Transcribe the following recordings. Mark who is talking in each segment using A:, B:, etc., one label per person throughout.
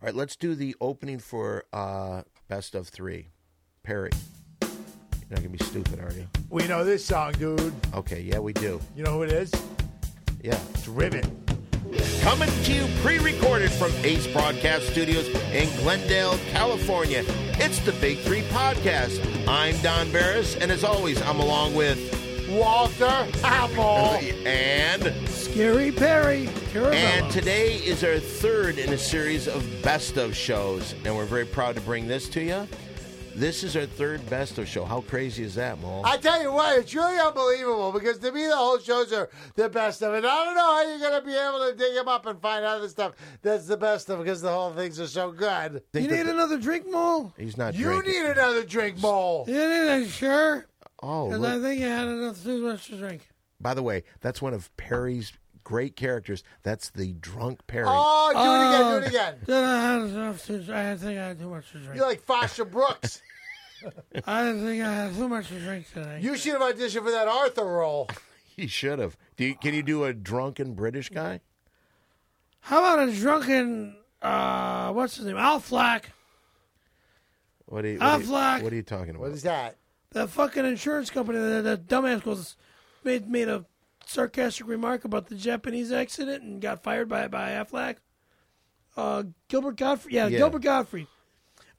A: All right, let's do the opening for uh, best of three. Perry. You're not gonna be stupid, are you?
B: We know this song, dude.
A: Okay, yeah, we do.
B: You know who it is?
A: Yeah.
B: It's Rivet.
A: Coming to you pre-recorded from Ace Broadcast Studios in Glendale, California. It's the Big Three Podcast. I'm Don Barris, and as always, I'm along with
B: Walter Apple.
A: and
C: Scary Perry. Caramello.
A: And today is our third in a series of best of shows, and we're very proud to bring this to you. This is our third best of show. How crazy is that, Maul?
B: I tell you what, it's really unbelievable because to me the whole shows are the best of it. I don't know how you're going to be able to dig them up and find other stuff that's the best of because the whole things are so good.
C: you
A: Think
C: need
A: that-
C: another drink, Mole?
A: He's not
B: You
A: drinking.
B: need another drink, Mole.
C: You need a sure?
A: oh,
C: Because
A: look.
C: I think you had enough too much to drink.
A: by the way, that's one of Perry's great characters. That's the drunk Perry.
B: Oh, do it again,
C: Uh,
B: do it again.
C: Then I had enough to I think I had too much to drink.
B: You're like Foster Brooks.
C: I think I had too much to drink today.
B: You should have auditioned for that Arthur role.
A: He should have. Do you, can you do a drunken British guy?
C: How about a drunken, uh, what's his name? Al Flack,
A: What are you,
C: Ah,
A: what are you,
C: Vlad.
A: what are you talking about?
B: What is that?
C: the fucking insurance company that that dumbass goes, made, made a sarcastic remark about the Japanese accident and got fired by, by Affleck. Uh, Gilbert Godfrey. Yeah,
A: Yeah.
C: Gilbert Godfrey.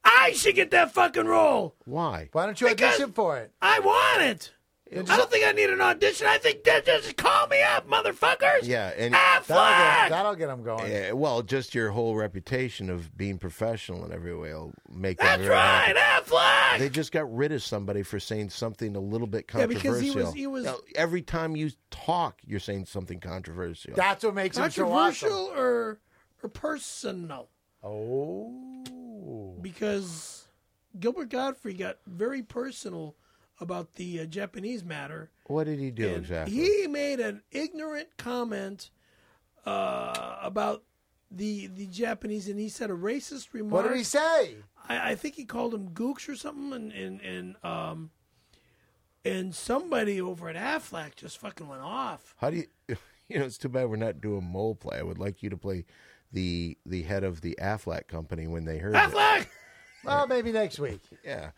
C: I should get that fucking role.
A: Why?
B: Why don't you
C: Because-
B: audition for it?
C: I want it. I don't think I need an audition. I think that just call me up, motherfuckers.
A: Yeah, and
B: Ah,
C: Affleck.
B: That'll get, that'll get him going.
A: Eh, well, just your whole reputation of being professional in every way will make that
C: That's
A: very
C: right, Affleck.
A: They just got rid of somebody for saying something a little bit
C: Yeah,
A: controversial.
C: because he was- he was-
A: Now, every time you talk, you're saying something controversial.
B: That's what makes him so awesome.
C: Controversial or or personal?
B: Oh.
C: Because Gilbert Godfrey got very personal about the uh, Japanese matter.
A: what did he do
C: And
A: exactly?
C: He made an ignorant comment uh, about the the Japanese, and he said a racist remark.
B: What did he say?
C: I, I think he called him Gooks or something, and and and um, and somebody over at Affleck just fucking went off.
A: How do you? You know, it's too bad we're not doing mole play. I would like you to play the the head of the Affleck company when they heard it.
C: Affleck.
B: Well, maybe next week.
A: Yeah.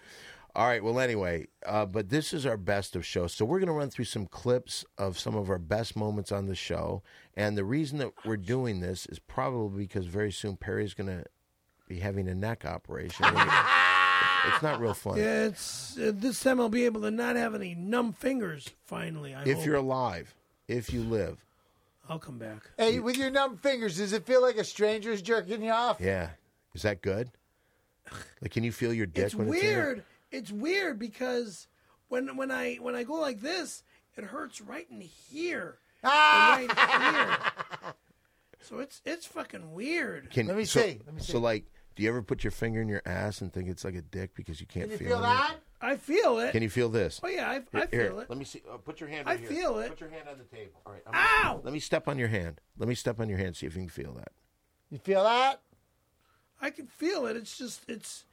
A: All right. Well, anyway, uh, but this is our best of show, so we're going to run through some clips of some of our best moments on the show. And the reason that we're doing this is probably because very soon Perry's going to be having a neck operation. it's not real fun.
C: Yeah, it's uh, this time I'll be able to not have any numb fingers. Finally, I
A: If
C: hope.
A: you're alive, if you live,
C: I'll come back.
B: Hey, with your numb fingers, does it feel like a stranger's jerking you off?
A: yeah, is that good? Like, can you feel your dick
C: It's
A: when it's in your-
C: weird. It's weird because when when I when I go like this, it hurts right in here. And right here. So it's it's fucking weird.
A: Can,
B: Let me
A: so,
B: see, let me see.
A: So, like, do you ever put your finger in your ass and think it's like a dick because you can't
B: Can you
A: feel,
B: feel
A: it?
B: that?
C: I feel it.
A: Can you feel this?
C: oh yeah, I, I
A: Here,
C: feel it.
A: let me see. Uh, put your hand.
C: I
A: right here.
C: feel it. Ah!
A: Put your hand on the table. All right. I'm-
C: Ow!
A: Let me step on your hand. Let me step on your hand. See if you can feel that.
B: You feel that?
C: I can feel it. It's just it's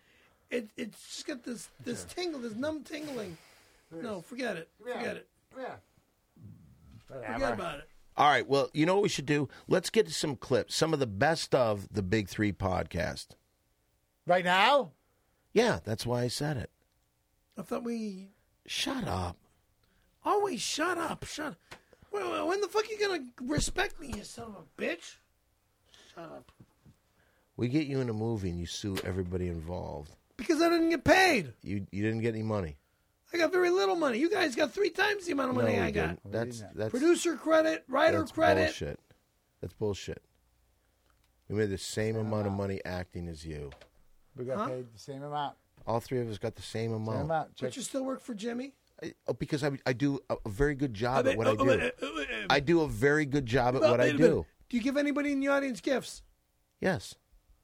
C: it it's just got this this tingle, this numb tingling. No, forget it.
B: here.
C: Forget it.
B: Yeah.
C: Forget about it.
A: All right. Well, you know what we should do? Let's get some clips. Some of the best of the Big Three podcast.
B: Right now?
A: Yeah, that's why I said it.
C: I thought we
A: Shut up.
C: always shut up. Shut. Wait, wait, when the fuck you gonna respect me, you son of a bitch? Shut up.
A: We get you in a movie and you sue everybody involved.
C: Because I didn't get paid.
A: You you didn't get any money.
C: I got very little money. You guys got three times the amount of money
A: no,
C: I
A: we
C: got.
A: didn't. That's that's
C: Producer credit, writer
A: that's
C: credit.
A: bullshit. That's bullshit. We made the same amount of money acting as you.
B: We got paid the same amount.
A: All three of us got the same
B: Same
A: amount.
B: amount. Check.
C: But you still work for Jimmy?
A: I- oh, because I, I do a, a very good job at Ah, what I
C: Uh, uh,
A: do.
C: uh, uh, uh,
A: I do a very good job at
C: uh,
A: what I
C: wait a minute.
A: do.
C: Do you give anybody in the audience gifts?
A: Yes,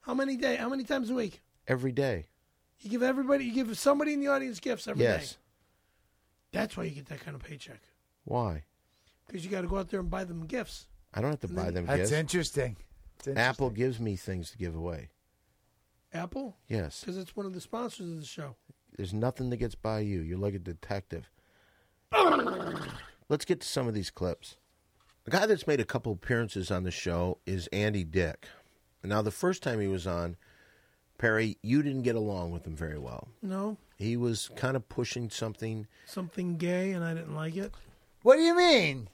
C: How many day? How many times a week?
A: every day.
C: You give everybody, you give somebody in the audience gifts every day.
A: Yes.
C: That's why you get that kind of paycheck
A: Why?
C: because you got to go out there and buy them gifts.
A: I don't have to buy them
B: That's
A: gifts.
B: interesting. It's interesting.
A: Apple gives me things to give away.
C: Apple,
A: Yes.
C: because it's one of the sponsors of the show.
A: There's nothing that gets by you. You're like a detective. Let's get to some of these clips. The guy that's made a couple appearances on the show is Andy Dick. Now, the first time he was on, Perry, you didn't get along with him very well.
C: No,
A: He was kind of pushing something.
C: something gay, and I didn't like it.
B: What do you mean?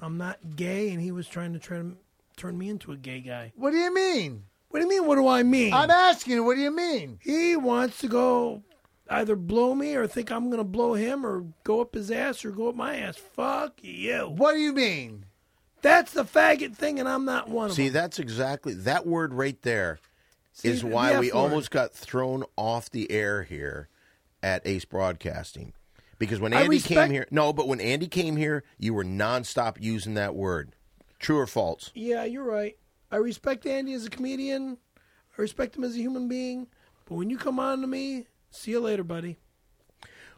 C: I'm not gay, and he was trying to try to turn me into a gay guy.
B: What do you mean?
C: What do you mean? What do I mean?
B: I'm
A: Mm.
B: asking. What do you mean?
C: he wants to go either blow me or think I'm going to blow him or go up his ass or go up my ass. Fuck you.
B: What do you mean?
C: That's the faggot thing, and I'm not one of
A: See,
C: them.
A: that's exactly that word right there is
C: See,
A: why
C: the
A: we
C: F word.
A: almost got thrown off the air here at Ace Broadcasting. Because when
C: I
A: Andy came
C: respect-
A: here, no, but when Andy came here, you were nonstop using that word. True or false?
C: Yeah, you're right. I respect Andy as a comedian. I respect him as a human being. But when you come on to me, see you later, buddy.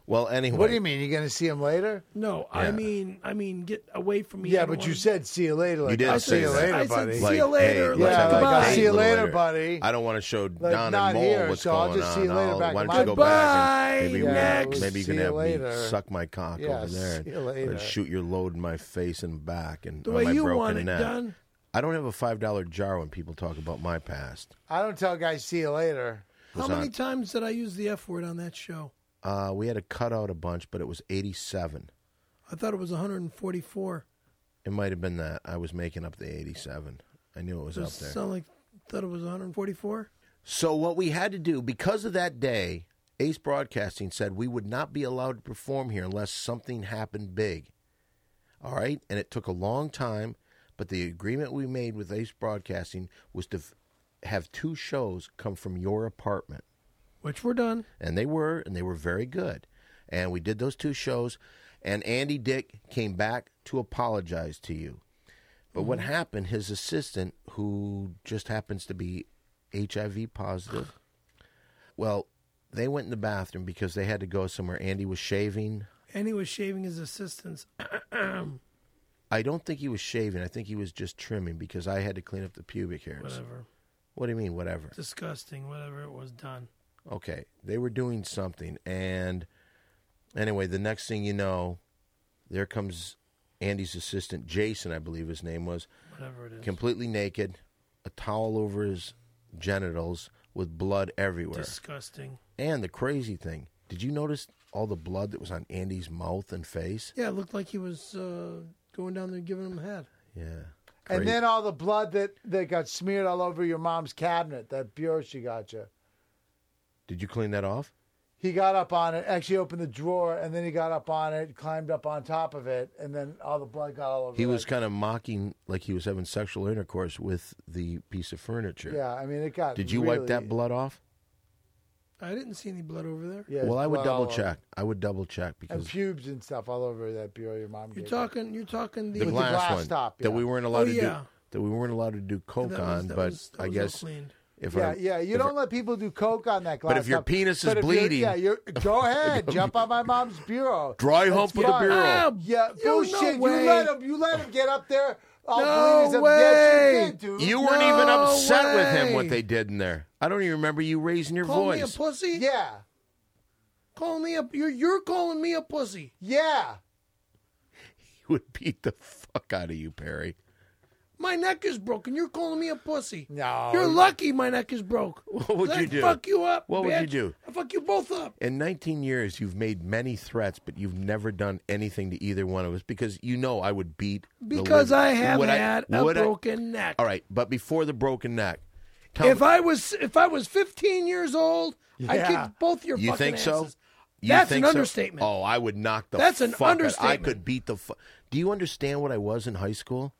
A: Well, anyway,
B: What do you mean? You gonna see him later?
C: No, I mean, I mean, get away from me. I
B: Yeah,
C: don't
B: but you
C: wanna-
B: said see you later. Like,
A: You did
B: I'll
A: say
B: see you
A: that.
B: later,
C: I said
B: buddy.
C: see you later,
A: let's
C: like,
A: have a
C: Yeah, like,
A: date
C: see you
B: later, buddy.
A: I don't want to show Don
B: not
A: and Mole
B: here,
A: what's
B: so I'll
A: going
B: just
A: on.
B: see you later
A: I'll-
B: back
A: why
B: in
A: don't you
B: my
A: go back
C: Goodbye,
A: and maybe,
C: next.
A: maybe you can
B: See you
A: have me
B: later.
A: suck my cock
B: Yeah,
A: over there,
B: see you
A: and-
B: later.
A: and shoot your load in my face and back, and
C: the
A: on
C: way
A: my
C: you
A: broken
C: want it
A: neck.
C: done.
A: I don't have a five dollar jar when people talk about my past.
B: I don't tell guys see you later.
C: How
A: Was
C: many
A: on-
C: times did I use the F word on that show?
A: Uh, we had to cut out a bunch, but it was eighty seven.
C: I thought it was 144.
A: It might have been that I was making up the eighty seven. I knew it was up
C: Does
A: there.
C: it sound like thought it was 144?
A: So what we had to do because of that day, Ace Broadcasting said we would not be allowed to perform here unless something happened big. All right, and it took a long time, but the agreement we made with Ace Broadcasting was to f- have two shows come from your apartment.
C: Which we're done.
A: and they were and they were very good and we did those two shows and andy dick came back to apologize to you but what happened his assistant who just happens to be hiv positive well they went in the bathroom because they had to go somewhere andy was shaving
C: And he was shaving his assistants.
A: i don't think he was shaving i think he was just trimming because i had to clean up the pubic hairs
C: Whatever.
A: what do you mean whatever
C: Disgusting. Whatever it was done.
A: okay they were doing something and anyway the next thing you know there comes andy's assistant jason i believe his name was
C: Whatever it is.
A: completely naked a towel over his genitals with blood everywhere
C: Disgusting.
A: and the crazy thing did you notice all the blood that was on andy's mouth and face
C: Yeah, it looked like he was uh, going down there and giving him head.
A: yeah
B: And
A: Crazy.
B: then all the blood that, that got smeared all over your mom's cabinet, that bureau she got you.
A: did you clean that off
B: He got up on it, actually opened the drawer, and then he got up on it, climbed up on top of it, and then all the blood got all over
A: he
B: that.
A: was kind of mocking like he was having sexual intercourse with the piece of furniture
B: Yeah, I mean, it got.
A: did you wipe
B: really-
A: that blood off
C: I didn't see any blood over there.
B: Yeah,
A: well i would
B: blood all
A: double
B: over-
A: check i would double check
B: And
A: because
B: pubes and stuff all over that bureau your mom
C: You're
B: gave
C: talking. You're talking the.
A: the glass,
B: glass
A: one
B: top,
A: that
B: yeah.
A: we weren't allowed
C: Oh,
A: to
C: yeah.
A: do that we weren't allowed to do coke
C: that was-
A: on.
C: that
A: but
C: was- that
A: I
C: was all
A: guess
C: cleaned.
A: if
B: you. Yeah,
A: I,
B: yeah. You
A: if I-
B: don't let people do coke on that glass.
A: if your
B: top.
A: penis is
B: But if you're-
A: bleeding-
B: yeah, you're, go ahead, jump on my mom's bureau.
A: dry
B: That's
A: hump with a
B: fine.
A: bureau.
C: Ah,
B: Yeah,
C: you,
B: bullshit.
C: No way.
B: you let him. You let him get up there. All
C: No
B: bleeding is up- Yes,
C: way.
B: you did, dude.
A: you weren't even
C: No
A: upset with him what
C: way.
A: they did in there. I don't even remember you raising your
C: Call me a
A: voice.
C: pussy.
B: Yeah,
C: Call me a. You're you're calling me a pussy.
B: yeah.
A: he would beat the fuck out of you, Perry.
C: My neck is broken. You're calling me a pussy.
B: No.
C: You're lucky my neck is broke. What
A: would you do?
C: Fuck you up.
A: What would you
C: bitch.
A: do?
C: I fuck you both up.
A: In 19 years, you've made many threats, but you've never done anything to either one of us because you know I would beat. the
C: Because
A: living-
C: I have
A: would
C: had a
A: would I-
C: broken neck.
A: all right, but before the broken neck, tell
C: If
A: me,
C: I was if I was 15 years old, I
B: Yeah.
C: kicked both your
A: you
C: fucking
A: think so?
C: asses.
A: You
C: That's
A: think
C: an
A: so?
C: understatement.
A: Oh, I would knock the.
C: That's an
A: fuck out- I
C: understatement.
A: could beat the. Fu- Do you understand what I was in high school?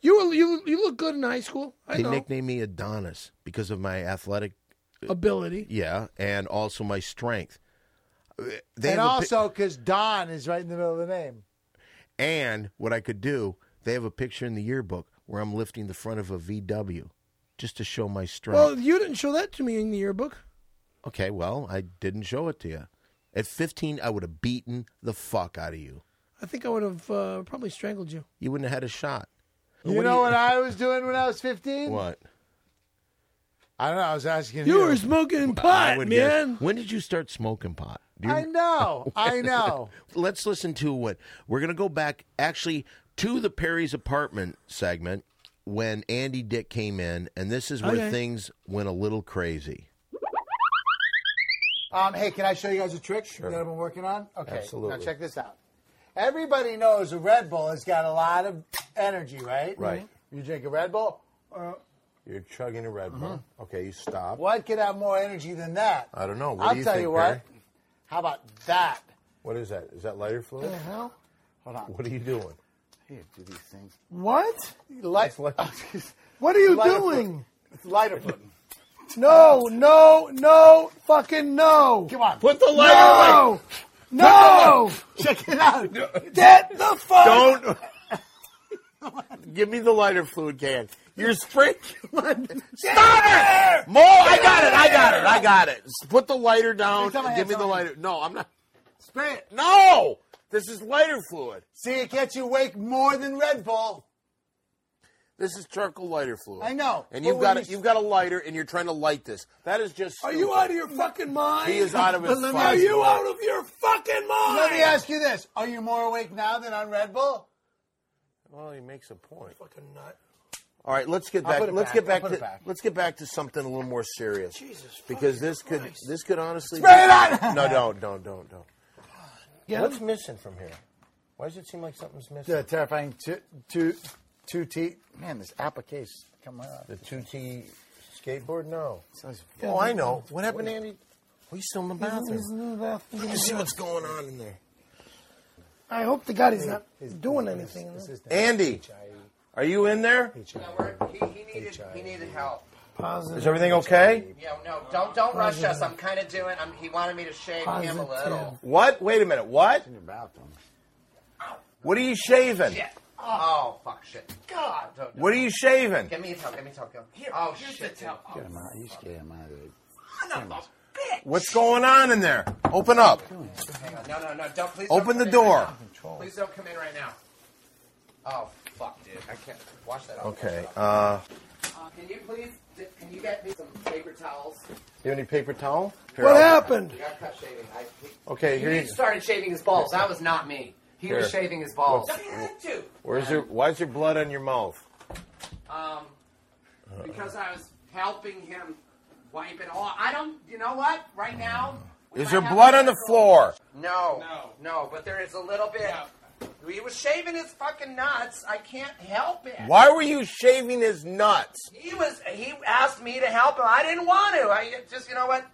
C: You were, you you look good in high school. I
A: They
C: know
A: nicknamed me Adonis because of my athletic,
C: ability.
A: yeah, and also my strength. They have
B: and
A: a pi-
B: also because Don is right in the middle of the name.
A: and what I could do, they have a picture in the yearbook where I'm lifting the front of a VW just to show my strength.
C: Well, you didn't show that to me in the yearbook.
A: okay, well, I didn't show it to you. At 15, I would have beaten the fuck out of you.
C: I think I would have uh, probably strangled you.
A: You wouldn't have had a shot.
B: You
A: What do
B: know what I was doing when I was 15?
A: What?
B: I don't know. I was asking
C: You
B: you.
C: were smoking
A: I
C: pot,
A: would guess-
C: man.
A: When did you start smoking pot? Do you
B: I know. I know.
A: let's listen to what we're going to go back actually to the Perry's apartment segment when Andy Dick came in, and this is where
C: Okay.
A: things went a little crazy.
B: Um, hey, can I show you guys a trick
A: Sure.
B: that I've been working on? Okay,
A: Absolutely.
B: Now check this out. Everybody knows a Red Bull has got a lot of energy, right? Mm-hmm.
A: Right.
B: You drink a Red Bull.
A: You're chugging a Red Bull. Okay, you stop.
B: What could have more energy than that?
A: I don't know. Uh, What
B: I'll
A: do you
B: tell
A: think,
B: you what.
A: Barry?
B: How about that?
A: What is that? Is that lighter fluid?
B: hell? Hold on.
A: What are you doing?
B: Here, do these things.
D: What?
B: Light.
A: like-
D: What are you
B: Lighter fluid.
D: doing?
B: It's lighter fluid.
D: No, no, no, fucking no.
B: Come on.
A: Put the
D: No! No!
B: Check it out.
D: Get the fuck!
A: Don't. Give me the lighter fluid can. You're sprinkling. Stop it! Mo, I got it. I got it. I got it. S- Put the lighter down.
B: It's on my
A: and Give
B: hand,
A: me
B: it's
A: the
B: on my hand.
A: lighter. No, I'm not.
B: Spray it.
A: No, this is lighter fluid.
B: See, it gets you awake more than Red Bull.
A: This is charcoal lighter fluid.
B: I know,
A: And
B: but
A: you've
B: when
A: got
B: you
A: a, you've got a lighter, and you're trying to light this. That is just.
C: Are you
A: stupid.
C: out of your fucking mind?
A: He is out of his.
B: Let me-
C: Are
A: fucking
C: you
A: mind.
C: out of your fucking mind?
B: Let me ask you this: Are you more awake now than on Red Bull?
A: Well, he makes a point.
C: Fucking nut.
A: All right, let's get back.
B: put it
A: Let's
B: back.
A: get
B: I'll
A: back
B: put
A: to
B: it back.
A: let's get back to something a little more serious.
C: Jesus
A: because this could this could honestly
B: Spray it on!
A: No, don't, don't, don't, don't.
C: Yeah.
A: What's missing from here? Why does it seem like something's missing?
B: The terrifying two, two, two T. Man, this application. Come on.
A: The two T skateboard? No.
B: Sounds-
A: Oh, I know. What happened, Andy? We still in the bathroom. You see what's going on in there?
C: I hope to God he's not doing anything.
B: This is the
A: Andy, are you in there?
E: No, we're, he, he needed he needed help.
A: Is everything okay?
E: Yeah, no, don't don't rush us. I'm kind of doing. I'm, he wanted me to shave him a little.
A: What? Wait a minute. What?
B: bathroom.
A: What are you shaving?
E: Shit. Oh fuck, shit. God. Don't,
A: What are you shaving?
E: Give me a towel. Give me a towel. Go. Here, oh shit. The towel.
B: Get him out. You should get him out of there.
A: What's going on in there? Open up.
E: Hang on. No, no, no. Don't please.
A: Open
E: don't come
A: the
E: in
A: door.
E: Right now. Please don't come in right now. Oh fuck, dude. I can't wash that off.
A: Okay. Uh,
E: Uh, can you please? d- Can you get me some paper towels?
A: you have any paper towel? Here,
D: What
A: I'll-
D: happened?
E: I got cut shaving. I, he,
A: Okay, Oh, here
E: he
A: you
E: started shaving his balls. That was not me. He was
A: Here.
E: shaving his balls.
A: Well,
E: he had to.
A: Where's your? Why is there blood on your mouth?
E: Um, because I was helping him wipe it all. I don't. You know what? Right now. we
A: Is
E: might
A: there
E: have
A: blood
E: to-
A: on the floor?
E: No.
F: No.
E: No. But there is a little bit. He was shaving his fucking nuts. I can't help it.
A: Why were you shaving his nuts?
E: He was. He asked me to help him. I didn't want to. I just. You know what?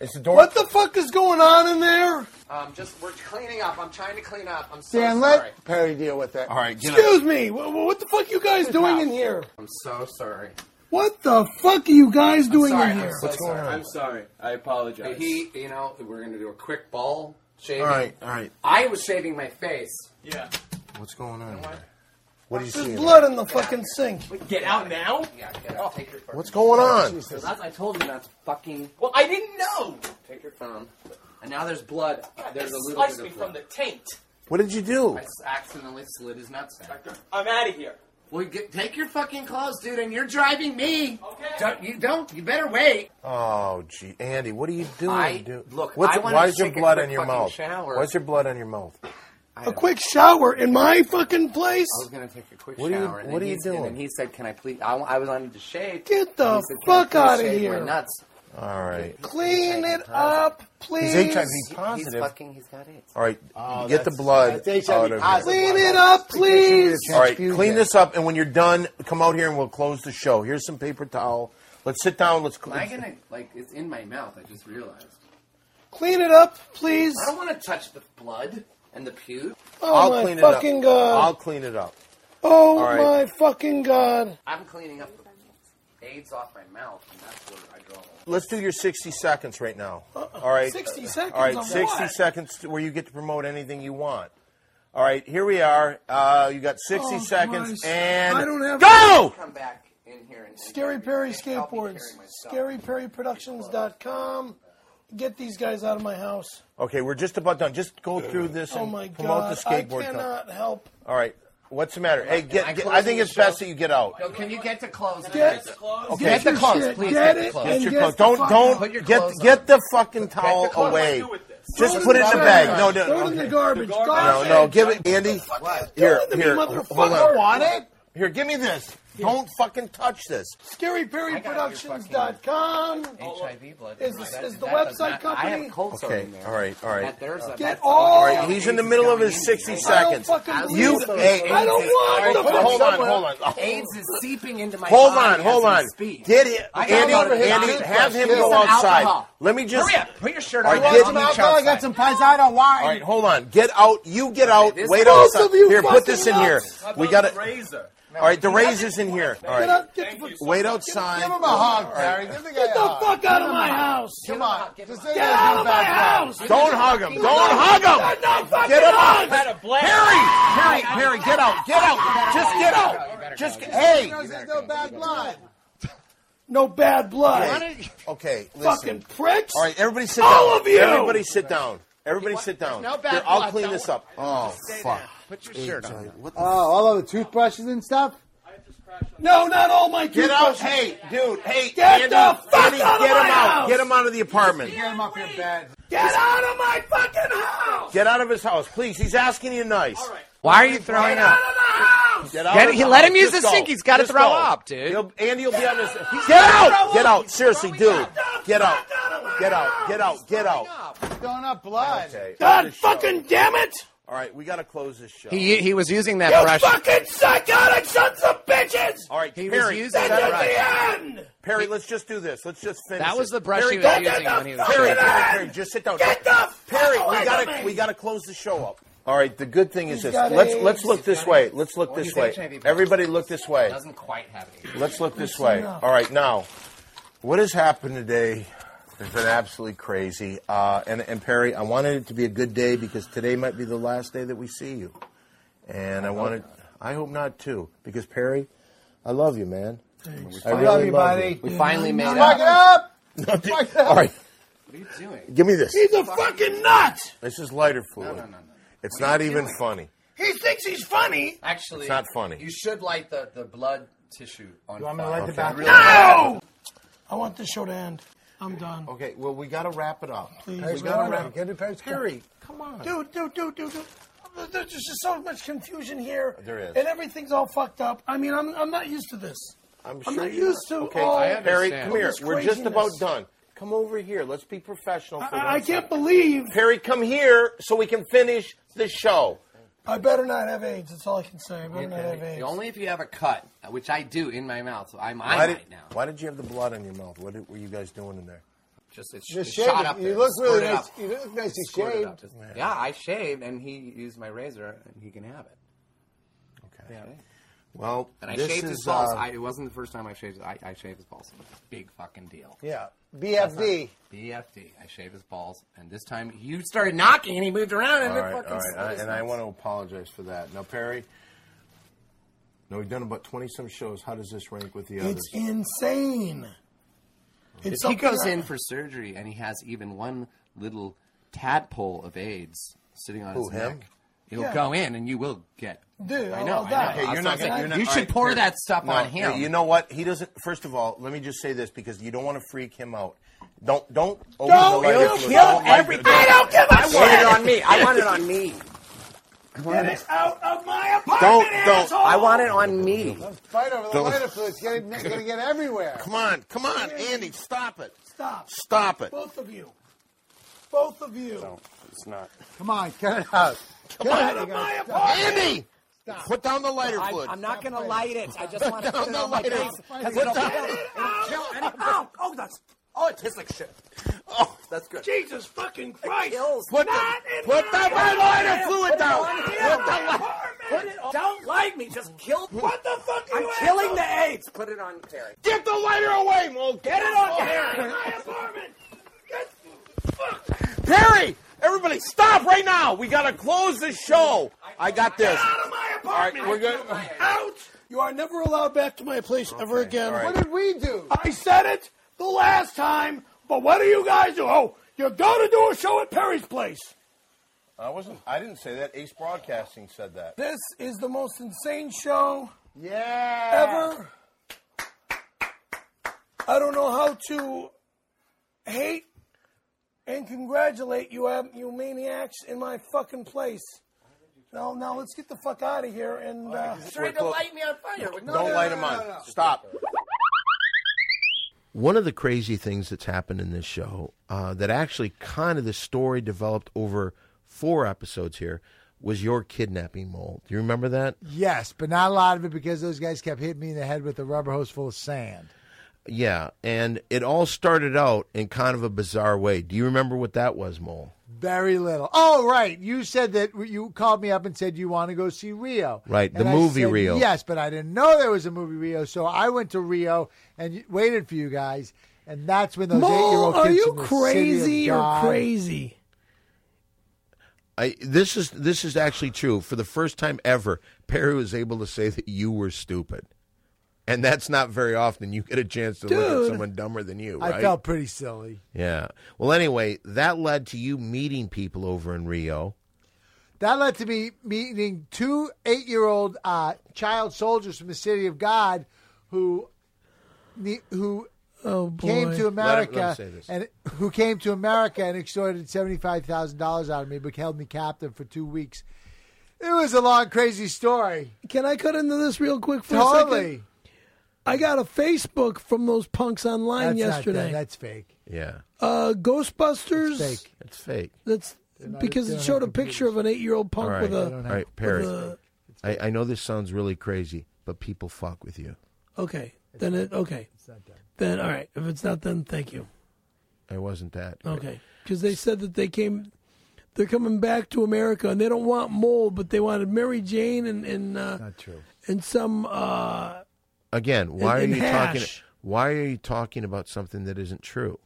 A: It's the door.
D: What the fuck is going on in there?
E: Um. Just. We're cleaning up. I'm trying to clean up. I'm so
B: Dan,
E: sorry.
B: let Perry deal with that.
A: All right, get up.
D: Excuse me. What, what the fuck you guys doing in here?
E: I'm so sorry.
D: What the fuck are you guys doing
E: Sorry.
D: in
E: I'm
D: here?
E: so sorry.
F: I'm sorry. I apologize.
E: He, you know, we're gonna do a quick ball shaving.
A: All right, all right.
E: I was shaving my face.
F: yeah.
A: What's going on? Here? What do you see?
D: There's blood in the fucking sink.
F: Get out now?
E: Yeah, get out. Take your phone.
A: What's going on?
E: That's- I told you not to fucking
F: Well, I didn't know.
E: take your phone. And now there's blood. There's a
F: They
E: little
F: sliced
E: bit
F: me
E: of
F: from
E: blood.
F: the taint.
A: What did you do?
E: I s- accidentally slid his nuts down.
F: I'm out of here.
E: Well, get, take your fucking clothes, dude, and you're driving me.
F: Okay.
E: Don't you don't. You better wait.
A: Oh, gee, Andy, what are you doing?
E: I-
A: dude?
E: look,
A: What's,
E: I wanted
A: why
E: to
A: is your
E: take a
A: blood
E: quick
A: on your
E: fucking
A: mouth?
E: shower.
A: Why's your blood on your mouth?
D: A quick shower in my fucking place?
E: I was gonna take a quick
A: What are you-
E: shower. and
A: what
E: then
A: are you
E: he's- and
A: doing?
E: then he said, "Can I please?" I, I was wanted to shave.
D: Get
E: And
D: the
E: he said, "Can I
D: fuck
E: please
D: out of
E: shave My
D: here.
E: nuts.
A: All right.
D: Clean it up, please.
A: He's HIV
E: He-
A: positive.
E: He's fucking. He's got AIDS.
A: All right,
B: Oh,
A: get the
B: that's-
A: blood
B: that's HIV
A: out of here.
B: positive.
D: Clean
A: "Oh,
D: it up, please.
A: All right,
B: Transfusion.
A: clean this up, and when you're done, come out here and we'll close the show. Here's some paper towel. Let's sit down. Let's.
E: Am I gonna like? It's in my mouth. I just realized.
D: Clean it up, please.
E: I don't want to touch the blood and the pube.
D: Oh
A: I'll
D: my
A: clean it
D: fucking
A: up.
D: god.
A: I'll clean it up.
D: oh
A: all right.
D: my fucking god.
E: I'm cleaning up the AIDS off my mouth, and that's where I draw the
A: Let's do your 60 seconds right now. All right.
D: 60 seconds
A: All right,
D: on
A: 60
D: what?
A: seconds where you get to promote anything you want. All right, here we are. Uh, you got 60
D: Oh,
A: seconds
D: Christ.
A: and
D: I don't have-
A: go.
E: Come back in here and. and
D: Scary
E: help me-
D: Perry
E: help me carry
D: Skateboards.
E: myself.
D: ScaryPerryProductions.com. Get these guys out of my house.
A: Okay, we're just about done. Just go through this
D: Oh
A: and
D: my
A: promote the
D: god.
A: skateboard.
D: I
A: company.
D: cannot help.
A: All right, what's the matter? Hey, get.
E: I
A: I, get, I
E: closing
A: think
E: the
A: it's best
E: show?
A: that you get out.
E: No, can you get to close?
D: Get,
A: Okay. Get
D: get,
A: the
D: your
E: clothes,
D: shit.
E: please,
D: Get,
E: get the
D: it.
E: clothes.
D: and
A: Get your
D: get
A: clothes.
D: the
A: Don't
D: fuck
A: don't
D: out.
E: Put your
A: get
E: clothes
A: get
E: on.
A: the fucking towel
E: the clothes.
A: away.
F: What do I do with this?
A: Just
D: Throw
A: put it in
D: the
A: the bag.
D: garbage.
A: No,
D: Throw
A: no,
D: it in the
A: okay.
D: garbage.
F: The garbage.
A: no,
D: Garbage.
A: no. Give it, Andy.
D: What?
A: Here,
D: Throw it in the
A: here.
D: motherfucker.
A: Hold on.
D: Want it?
A: Here, give me this. Don't fucking touch this.
D: ScaryPerryProductions.com
E: HIV blood.
D: Is-
E: Right.
D: is
E: That-
D: the
E: that does
D: website
E: I have
D: company-
E: cold sore
A: Okay,
E: in there.
A: all right, all right.
E: That there's a,
D: Get
E: that's
D: all-
E: a-
D: All right,
A: He's in the middle of his 60 seconds.
D: Oh. fucking believe
A: You,
D: this.
A: hey,
D: I don't want
A: all right,
D: the
A: hold on,
D: fucking-
A: hold on.
E: AIDS is seeping into my
A: Hold
E: body
A: on, hold
E: as we
A: on.
E: Speak.
A: Get him,
E: I gotta
A: Andy,
E: go to the
A: Andy,
E: doctor.
A: have him
E: Get
A: go
E: some
A: outside.
E: alcohol.
A: Let me just.
E: Hurry up, put your shirt
A: All
E: on.
A: right,
E: I'll
A: get-
E: meet
A: Some
E: you
A: alcohol, I got
E: outside.
B: some paisano
A: All
B: wine.
A: right, hold on. Get out. You get out.
E: this
A: Wait
E: is-
A: outside.
D: Both of you
A: Here, put
D: fucking
A: this in here.
D: nuts.
A: We got it.
F: Razor.
A: All right, the razor's in here. All
D: Get
A: right,
D: out- get the fuck-
A: wait outside.
B: Give him a hug, Terry. Give the guy
D: get
B: a
D: the
B: hug.
D: fuck out of my house!
B: Come on. Just say
D: Get
B: that
D: out
B: he's
D: of my
B: back
D: house!
A: Don't hug him. Don't hug him.
D: Not fucking
A: Get him
D: out!
A: out. Harry, Harry, Harry, get out. Get out. Just get out. Just get, hey.
B: there. There's no bad blood.
D: No bad blood.
A: Hey. Okay,
D: Fucking
A: listen.
D: pricks.
A: All right, everybody sit down.
D: All of you!
A: Everybody sit down. Everybody sit down.
G: no bad
A: Here, I'll
G: blood,
A: clean
G: don't
A: this up. Oh, fuck.
G: Put your shirt on.
A: What Uh, the
B: Oh, all of the toothbrushes and stuff?
D: No, not all my
A: Get out,
D: toothbrushes.
A: hey, dude, hey,
D: Get
A: Andy,
D: the fuck
A: Andy,
D: out of
A: get
D: my
A: him out,
D: house.
A: get him out of the apartment,
B: Get him off your bed.
D: Get out of my fucking house!
A: get out of his house, please. He's asking you nice.
G: Why are you throwing up?
D: Out of the house!
A: Get out.
G: Get-
A: of
G: he-
A: the
G: let
A: house.
G: him use
A: Just
G: his
A: go.
G: sink. He's gotta
A: Just
G: throw
A: go.
G: up, dude.
A: He'll, Andy will be on his. Get out, get out, seriously, dude, get out, get out, get out, get out.
B: He's throwing up blood.
A: Okay.
D: God fucking damn it!
A: All right, we gotta close this show.
G: He he was using that
D: You
G: brush.
D: fucking psychotic sons of bitches!
A: All right,
G: He was
A: Perry,
G: using
D: This
A: Perry,
D: is
G: that brush.
D: the end!
A: Perry, let's just do this. Let's just finish.
G: That was
A: it.
G: the brush
A: Perry,
G: he was
A: don't-
G: using when he was.
A: Perry,
D: Get
A: Perry,
D: out.
A: Perry, just sit down.
D: Get the fuck
A: Perry,
D: away
A: we
D: from
A: gotta
D: me.
A: we gotta close the show up. All right, the good thing is this.
D: got
A: Let's
D: AIDS.
A: let's look this way. Let's look
E: Well,
A: this
E: he's
A: way.
E: HIV positive.
A: Everybody, look this way.
E: Doesn't quite have it.
A: Let's look this way. All right, now, what has happened today has been absolutely crazy. Uh, and and Perry, I wanted it to be a good day because today might be the last day that we see you. And I wanted, I hope not too, because Perry, I love you, man. I really
B: love you,
A: love
B: buddy.
A: you.
E: We
B: Mm-hmm.
E: finally made
B: Fuck it
E: up.
B: up!
A: All right,
E: What are you doing?
A: give me this.
D: He's a fucking nut!
A: This is lighter fluid.
E: no, no, no.
A: It's not even funny.
D: He thinks he's funny!
E: Actually,
A: It's not funny.
E: You should light the, the blood tissue on
B: I'm
E: fire.
B: going to let the back
D: No! I want this show to end. I'm done.
A: Okay, well, we got to wrap it up.
D: Please.
A: We
D: Perry's
A: got to
D: going
A: wrap
D: up.
B: Get it, Perry's
A: Perry, come on.
D: Dude, dude, dude, dude, dude. There's just so much confusion here.
A: There is.
D: And everything's all fucked up. I mean, I'm, I'm not used to this.
A: I'm,
D: I'm
A: sure
D: not
A: you're
D: used to
A: Okay,
C: Oh,
D: all
G: I
A: Perry,
G: understand.
A: come here.
D: this
A: We're just
D: craziness.
A: about done. Come over here. Let's be professional. For
D: I, I
A: once.
D: can't believe
A: Perry, come here so we can finish the show.
D: I better not have AIDS. That's all I can say. I better not have AIDS.
E: Only if you have a cut, uh, which I do in my mouth. So I'm
A: why
E: I
A: did,
E: might now.
A: why did you have the blood on your mouth? What did- were you guys doing in there?
E: Just it's,
B: Just
E: it's
B: shave
E: shot
B: it.
E: up.
B: You
E: there.
B: look really
E: Squirt it
B: nice.
E: up.
B: You look nice. You
E: Squirt it up.
B: shaved.
E: Just- Yeah, I shaved, and he used my razor, and he can have it.
A: Okay.
E: Yeah.
A: Well,
E: And I
A: this
E: shaved
A: is,
E: his balls.
A: uh,
E: I, it wasn't the first time I shaved. I, I shaved his balls. Big fucking deal.
B: Yeah. BFD.
E: BFD. I shaved his balls, and this time you started knocking, and he moved around, and
A: all
E: it
A: right,
E: fucking.
A: all right. I,
E: slows
A: and I
E: us.
A: want to apologize for that. Now, Perry. Now we've done about twenty some shows. How does this rank with the others?
D: It's insane. It's
E: If he
D: something
E: goes
D: I-
E: in for surgery and he has even one little tadpole of AIDS sitting on
A: Who,
E: his
A: him?
E: neck, it'll
D: Yeah.
E: go in and you will get.
D: Dude,
E: I know.
D: I'll
A: Okay, you're
E: I know.
D: die.
E: That's
A: not
E: what I'm
A: gonna-
E: saying.
A: you're not-
E: you
A: all
E: should
A: right,
E: pour
A: here.
E: that stuff
A: No,
E: on him.
A: You know what? He doesn't. First of all, let me just say this because you don't want to freak him out. Don't don't open
D: Don't
A: the light
D: you
A: up to it.
D: kill
A: Don't light
D: everything.
A: the-
D: I don't give a
E: I want
D: shit.
E: it on me. I want it on me.
D: Get it out of my apartment,
A: Don't- don't.
D: asshole!
E: I want it on me.
B: Fight over the
A: Don't-
B: lighter fluid. It's going to get everywhere.
A: Come on, come on, Andy, stop it,
D: Stop.
A: stop it.
D: Both of you. Both of you.
A: It's not.
B: Come on. Get it out.
A: Come
D: Get out of
A: on,
D: my apartment!
A: Andy, put down the lighter fluid.
E: I'm not going to light it. I just want to
A: Down
E: put it
A: the
E: on my
A: lighter.
E: face.
A: Put
E: it'll-
A: down-
E: Kill any- Ow! Oh, that's. Oh, it tastes like shit. Oh, that's good.
D: Jesus fucking Christ!
E: kills.
A: Put the-
D: Not in
A: put
D: my
A: the
D: apartment.
A: lighter fluid down.
D: Put it
A: Put
D: on
A: the
D: my
A: li-
D: apartment.
E: Don't light me. Just kill.
D: What the fuck?
E: I'm
D: you
E: killing
D: asshole?
E: the AIDS. Put it on Terry.
A: Get the lighter away, Mo. Get it on
D: Get in
A: Perry.
D: my apartment. Get fuck.
A: Perry, everybody, stop right now. We gotta close this show. I got this.
D: out of my
A: All right,
D: apartment.
A: we're good.
D: Out. You are never allowed back to my place ever again.
A: all right.
B: What did we do?
D: I said it the last time, but what do you guys do? Oh, you're gonna do a show at Perry's place.
A: I wasn't. I didn't say that. Ace Broadcasting said that.
D: This is the most insane show
B: Yeah.
D: ever. I don't know how to hate
C: um,
D: and congratulate you, am- you maniacs, in my fucking place.
C: Well, now let's get the fuck out of here and. Uh,
F: Trying to light me on fire. No,
B: no,
F: Don't
B: no,
F: light
B: no,
F: him
B: no,
F: on.
B: no.
F: Stop.
A: One of the crazy things that's happened in this show uh, that actually kind of the story developed over four episodes here was your kidnapping mole. Do you remember that?
B: Yes, but not a lot of it because those guys kept hitting me in the head with a rubber hose full of sand.
A: Yeah, and it all started out in kind of a bizarre way. Do you remember what that was, Mole?
B: Very little. Oh, right. You said that you called me up and said you want to go see Rio.
A: Right, the
B: And I
A: movie
B: said,
A: Rio.
B: Yes, but I didn't know there was a movie Rio, so I went to Rio and y- waited for you guys. And that's when those
C: Mole,
B: eight-year-old kids
C: are you
B: from the city
C: crazy
B: of
C: or
B: God-
C: crazy?
A: I this is this is actually true. For the first time ever, Perry was able to say that you were stupid. And that's not very often you get a chance to look
C: Dude.
A: at someone dumber than you, right?
B: I felt pretty silly.
A: yeah. Well, anyway, that led to you meeting people over in Rio.
B: That led to me meeting two eight-year-old uh, child soldiers from the City of God, who, ne- who
C: Oh boy.
B: came
A: Let
B: to
A: him- let him
B: America
A: say this.
B: and who came to America and extorted seventy five thousand dollars out of me, but held me captive for two weeks. It was a long, crazy story.
C: Can I cut into this real quick for a second?
B: Totally.
C: I got a Facebook from those punks online
B: That's
C: yesterday.
B: Not, that's fake.
A: Yeah.
C: uh, Ghostbusters.
B: It's fake.
A: That's fake.
C: That's
B: not-
C: because
B: they
C: it
B: don't
C: showed a
B: have
C: picture of an eight-year-old punk
A: All right.
C: with
A: All
C: a.
B: don't have-
A: right, Perry.
C: with a-
A: I, I know this sounds really crazy, but people fuck with you.
C: Okay, then it okay.
B: not done.
C: Then all right. If it's not, then thank you.
A: It wasn't that.
C: Okay, because they said that they came, they're coming back to America, and they don't want mole, but they wanted Mary Jane and and uh,
B: Not true.
C: and some. Uh,
A: again, why
C: And-
A: are
C: and
A: you
C: hash.
A: talking? Why are you talking about something that isn't true?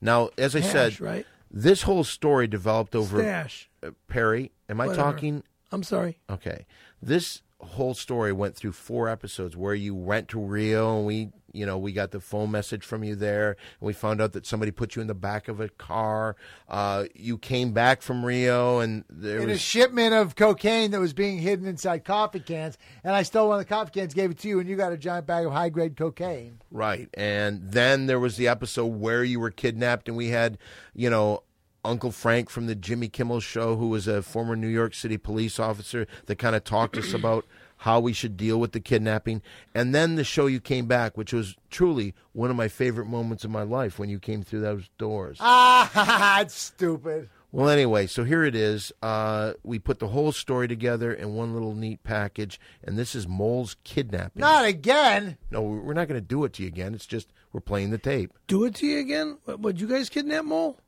A: Now, as I
C: Hash,
A: said,
C: right?
A: this whole story developed over
C: Stash.
A: Uh, Perry. Am I
C: Whatever.
A: talking?
C: I'm sorry.
A: Okay, this whole story went through four episodes where you went to Rio and we, you know, we got the phone message from you there, and we found out that somebody put you in the back of a car. Uh, you came back from Rio, and there
B: In a
A: was
B: shipment of cocaine that was being hidden inside coffee cans, and I stole one of the coffee cans, gave it to you, and you got a giant bag of high grade cocaine.
A: Right. And then there was the episode where you were kidnapped, and we had, you know, Uncle Frank from the Jimmy Kimmel show, who was a former New York City police officer, that kind of talked to us about how we should deal with the kidnapping. And then the show you came back, which was truly one of my favorite moments of my life when you came through those doors.
B: Ah, it's stupid.
A: Well, anyway, so here it is. Uh, we put the whole story together in one little neat package, and this is Mole's kidnapping.
B: Not again.
A: No, we're not going to do it to you again. It's just we're playing the tape.
C: Do it to you again? What, what you guys kidnap mole?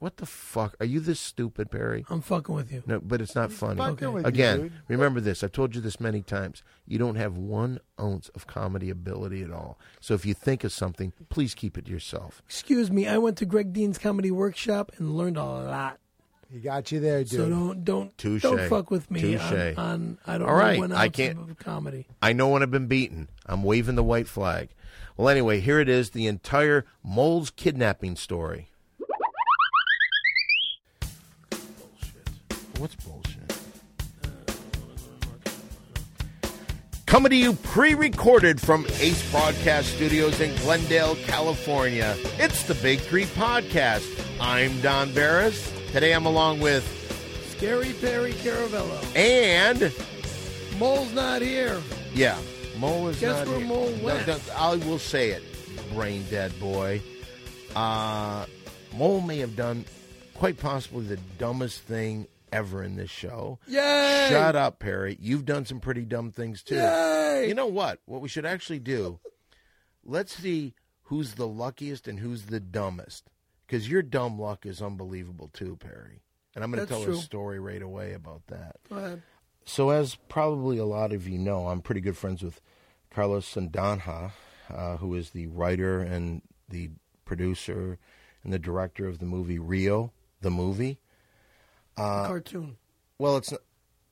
A: What the fuck? Are you this stupid, Perry?
C: I'm fucking with you.
A: No, but it's not funny.
B: fucking Okay. with you,
A: Again,
B: dude.
A: remember this. I've told you this many times. You don't have one ounce of comedy ability at all. So if you think of something, please keep it to yourself.
C: Excuse me. I went to Greg Dean's comedy workshop and learned a lot.
B: He got you there, dude.
C: So don't don't
A: Touche.
C: don't fuck with me on,
A: Touche.
C: on I don't
A: All
C: know
A: right,
C: when
A: I
C: ounce
A: can't-
C: of comedy.
A: I know when I've been beaten. I'm waving the white flag. Well, anyway, here it is the entire Mole's kidnapping story. Bullshit. What's bullshit? Coming to you pre recorded from Ace Broadcast Studios in Glendale, California. It's the Big Three Podcast. I'm Don Barris. Today I'm along with
C: Scary Perry Caravello.
A: and
C: Mole's not here.
A: Yeah, Mole is
C: Guess
A: not
C: where
A: here.
C: Mole
A: No,
C: went?
A: no, I will say it, brain dead boy. Uh, Mole may have done quite possibly the dumbest thing ever in this show.
C: Yay!
A: Shut up, Perry. You've done some pretty dumb things too.
C: Yay!
A: You know what? What we should actually do? Let's see who's the luckiest and who's the dumbest. Because your dumb luck is unbelievable too, Perry. And I'm going to tell
C: That's
A: a
C: true.
A: story right away about that.
C: Go ahead.
A: So, as probably a lot of you know, I'm pretty good friends with Carlos Sandanja, uh, who is the writer and the producer and the director of the movie Rio, the movie. uh,
C: Cartoon.
A: Well, it's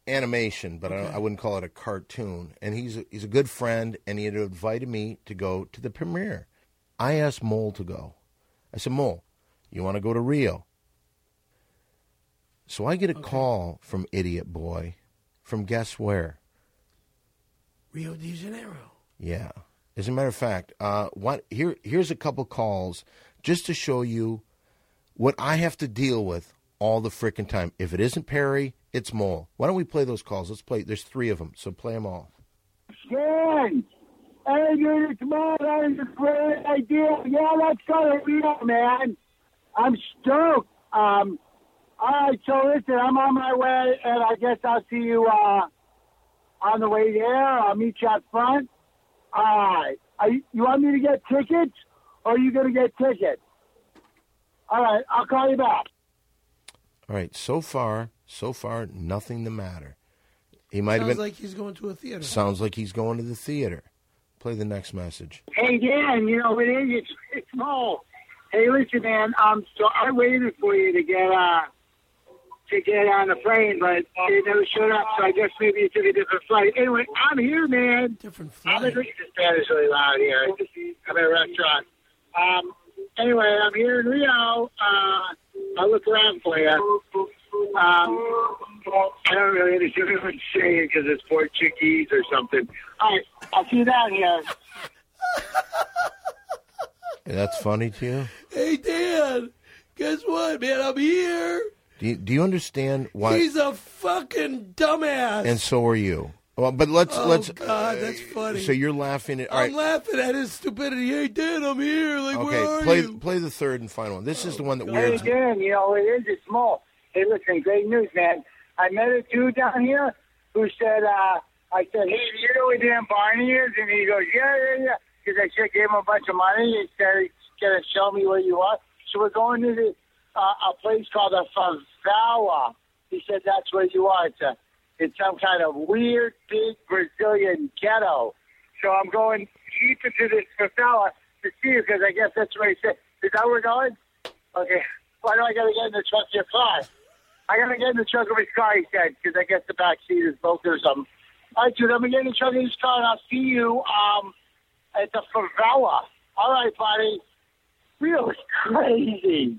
A: animation, but I, don't, I wouldn't call it a cartoon. And he's a, he's a good friend, and he had invited me to go to the premiere. I asked Mole to go. I said, Mole, you want to go to Rio? So I get a call from Idiot Boy, from guess where?
C: Rio de Janeiro.
A: Yeah. As a matter of fact, uh, what here here's a couple calls just to show you what I have to deal with all the freaking time. If it isn't Perry, it's Mole. Why don't we play those calls? Let's play. There's three of them, so play them all.
H: Scan! Hey, dude, come on, that is a great idea. Yeah, let's go to Reno, man. I'm stoked. Um, all right, so listen, I'm on my way, and I guess I'll see you uh, on the way there. I'll meet you out front. All right. Are you, you want me to get tickets, or are you going to get tickets? All right, I'll call you back.
A: All right. So far, so far, nothing the matter. He might
C: Sounds
A: have been.
C: like he's going to a theater.
A: sounds like he's going to the theater. Play the next message.
H: Hey, Dan, you know, it is. It's, it's Mo. Hey, listen, man. Um, so I waited for you to get uh to get on the plane, but you never showed up. So I guess maybe you took a different flight. Anyway, I'm here, man.
C: Different
H: I'm
C: flight.
H: listening to Spanish really loud here. I'm at a restaurant. Um, anyway, I'm here in Rio. Uh, I'll look around for you. Um, I don't really understand what you're saying because it's Portuguese or something. All right, I'll see you down here.
A: That's funny to you.
C: Hey Dan, guess what, man? I'm here.
A: Do you, do you understand why?
C: He's a fucking dumbass.
A: and so are you. Well, but let's
C: oh
A: let's.
C: God, that's funny.
A: So you're laughing at. All right.
C: I'm laughing at his stupidity. Hey Dan, I'm here. Like where
A: Okay.
C: are
A: Play
C: you?
A: play the third and final one. This is the one that
H: Hey,
A: weirds. me.
H: Dan, you know, it is. It's small. Hey, listen, great news, man. I met a dude down here who said, uh, I said, hey, do you know who Dan Barney is? And he goes, yeah, yeah, yeah. Because I said, gave him a bunch of money. He said, he's going to show me where you are. So we're going to the, uh, a place called the Favela. He said, that's where you are. It's, a, it's some kind of weird, big Brazilian ghetto. So I'm going deep into this Favela to see you because I guess that's where he said, is that where we're going? Okay. Why do I gotta get in the trunk of your car? I gotta get in the trunk of his car, he said, because I guess the back seat is broken or something. All right, dude, I'm gonna get in the trunk of his car and I'll see you um at the favela. All right, buddy. Really crazy.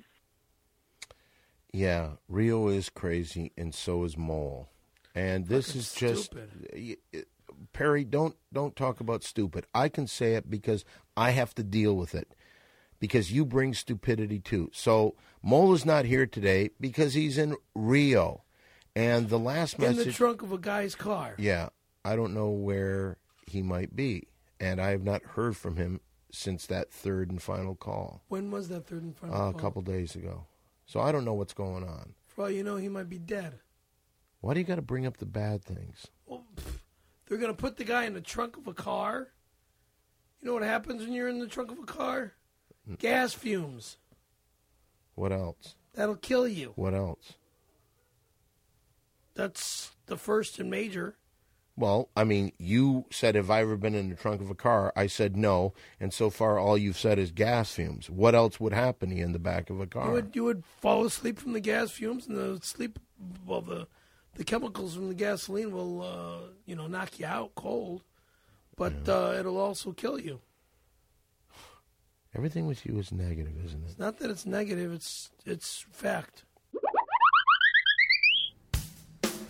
A: Yeah, Rio is crazy, and so is Mole. And this is just y- y- Perry. Don't don't talk about stupid. I can say it because I have to deal with it. Because you bring stupidity too. So Mole is not here today because he's in Rio, and the last
C: in
A: message.
C: the trunk of a guy's car.
A: Yeah, I don't know where he might be, and I have not heard from him since that third and final call
C: When was that third and final?
A: uh, a
C: call?
A: couple days ago. So I don't know what's going on.
C: For all you know, he might be dead.
A: Why do you got to bring up the bad things?
C: Well, pff, they're gonna put the guy in the trunk of a car. You know what happens when you're in the trunk of a car?
A: Mm.
C: Gas fumes.
A: What else?
C: That'll kill you.
A: What else?
C: That's the first and major.
A: Well, I mean, you said, Have I ever been in the trunk of a car? I said no. And so far, all you've said is gas fumes. What else would happen to you in the back of a car?
C: You would you would fall asleep from the gas fumes, and the sleep, well, the the chemicals from the gasoline will uh, you know knock you out cold, but uh, it'll also kill you.
A: Everything with you is negative, isn't it?
C: Not that it's negative; it's it's fact.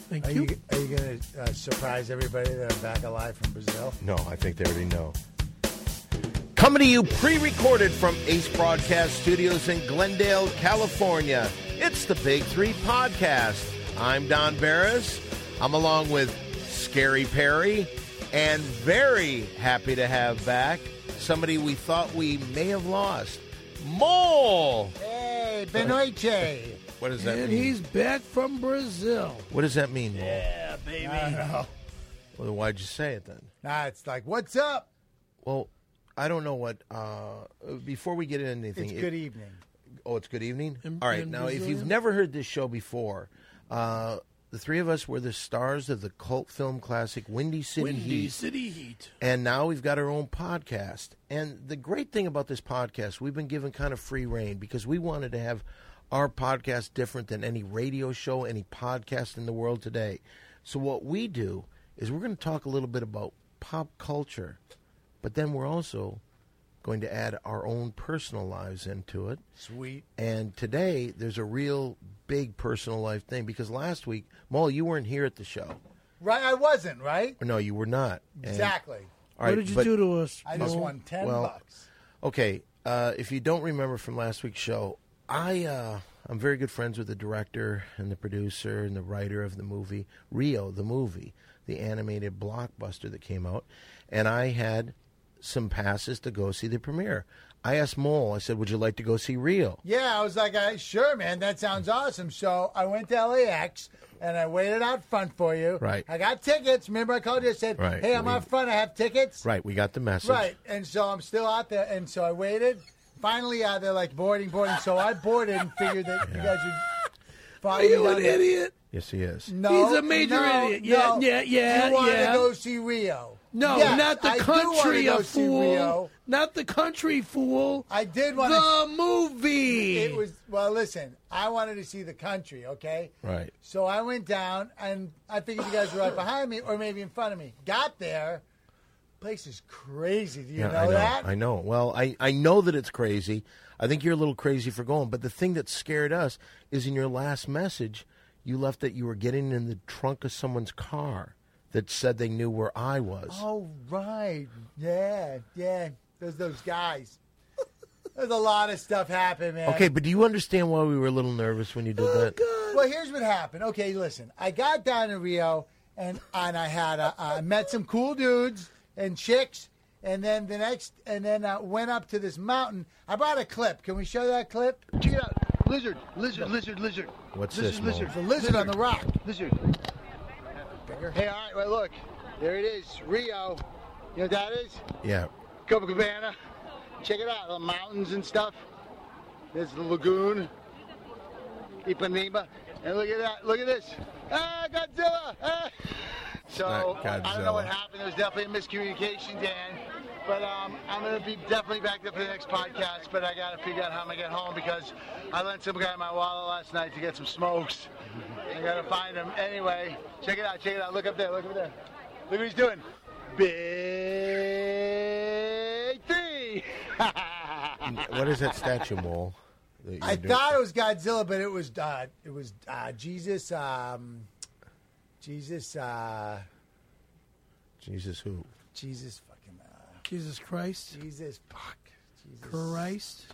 C: Thank
B: Are
C: you.
B: you, are you going to uh, surprise everybody that I'm back alive from Brazil?
A: No, I think they already know. Coming to you pre recorded from Ace Broadcast Studios in Glendale, California. It's the Big Three Podcast. I'm Don Barris. I'm along with Scary Perry and very happy to have back somebody we thought we may have lost, Mole.
B: Hey, Benoiche.
A: What does that
C: And
A: mean?
C: he's back from Brazil.
A: What does that mean, Mole?
B: I don't know.
A: Well, why'd you say it then?
B: Nah, it's like, what's up?
A: Well, I don't know what. Uh, before we get into anything,
B: It's
A: it-
B: good evening.
A: Oh, it's good evening.
C: e-, In-
A: All right,
C: in
A: now if you've
C: Brazilian?
A: never heard this show before, uh, the three of us were the stars of the cult film classic Windy City
C: Windy
A: Heat,
C: City Heat.
A: and now we've got our own podcast. And the great thing about this podcast, we've been given kind of free reign because we wanted to have our podcast different than any radio show, any podcast in the world today. So what we do is we're going to talk a little bit about pop culture, but then we're also going to add our own personal lives into it.
B: Sweet.
A: And today, there's a real big personal life thing because last week, Mole, you weren't here at the show.
B: Right? I wasn't, right?
A: Or no, you were not. And-
B: Exactly.
A: All right,
C: what did you
A: but-
C: do to us?
B: I just
C: Mo?
B: won 10
A: well,
B: bucks.
A: Okay, uh, if you don't remember from last week's show, I uh, I'm very good friends with the director and the producer and the writer of the movie Rio, the movie, the animated blockbuster that came out, and I had some passes to go see the premiere. I asked Mole. I said, "Would you like to go see Rio?"
B: Yeah, I was like, I, sure, man, that sounds awesome. So I went to LAX and I waited out front for you.
A: Right.
B: I got tickets. Remember, I called you and said,
A: Right.
B: hey, I'm
A: We-
B: out front. I have tickets.
A: Right. We got the message.
B: Right. And so I'm still out there. And so I waited. Finally, uh, they're like boarding, boarding. So I boarded and figured that you guys would follow
C: Are
B: me
C: you
B: down
C: an
B: there.
C: idiot?
A: Yes, he is.
B: No,
C: He's a major
B: no,
C: idiot. Yeah,
B: no.
C: yeah, yeah,
B: You wanted
C: yeah.
B: to go see Rio.
C: No,
B: Yes,
C: not the
B: I do wanna
C: country,
B: go
C: a
B: see
C: fool.
B: Rio.
C: Not the country, fool.
B: I did want to.
C: the movie.
B: It was well. Listen, I wanted to see the country. Okay.
A: Right.
B: So I went down, and I figured you guys were right behind me, or maybe in front of me. Got there, place is crazy. Do you know,
A: I know.
B: that?
A: I know. Well, I, I know that it's crazy. I think you're a little crazy for going, but the thing that scared us is in your last message, you left that you were getting in the trunk of someone's car that said they knew where I was.
B: Oh right, yeah, yeah. There's those guys. There's a lot of stuff happened, man.
A: okay, but do you understand why we were a little nervous when you did
B: Oh,
A: that?
B: Well, here's what happened. Okay, listen. I got down to Rio, and and I had uh, I met some cool dudes and chicks, and then the next, and then I went up to this mountain. I brought a clip. Can we show that clip?
I: Check it out. Lizard, lizard, lizard, lizard.
A: What's
I: lizard,
A: this,
I: Lizard,
B: The lizard on the rock.
I: lizard. Hey, all right, well, look. There it is, Rio. You know what that is?
A: Yeah.
I: Copacabana. Check it out, the mountains and stuff. There's the lagoon, Ipanema. And look at that, look at this. Ah, Godzilla! Ah. So,
A: Not
I: I don't know what
A: Godzilla.
I: happened. There's definitely a miscommunication, Dan. But um, I'm going to be definitely back there for the next podcast. But I got to figure out how I'm going to get home because I lent some guy my wallet last night to get some smokes. I got to find him. Anyway, check it out, check it out. Look up there, look up there. Look what he's doing. Big three.
A: What is that statue, Mole? that you're
B: I
A: doing?
B: thought it was Godzilla, but it was uh, it was uh, Jesus. Um, Jesus. Uh,
A: Jesus, who?
B: Jesus. Fucking. Uh,
C: Jesus Christ.
B: Jesus. Fuck. Jesus.
C: Christ.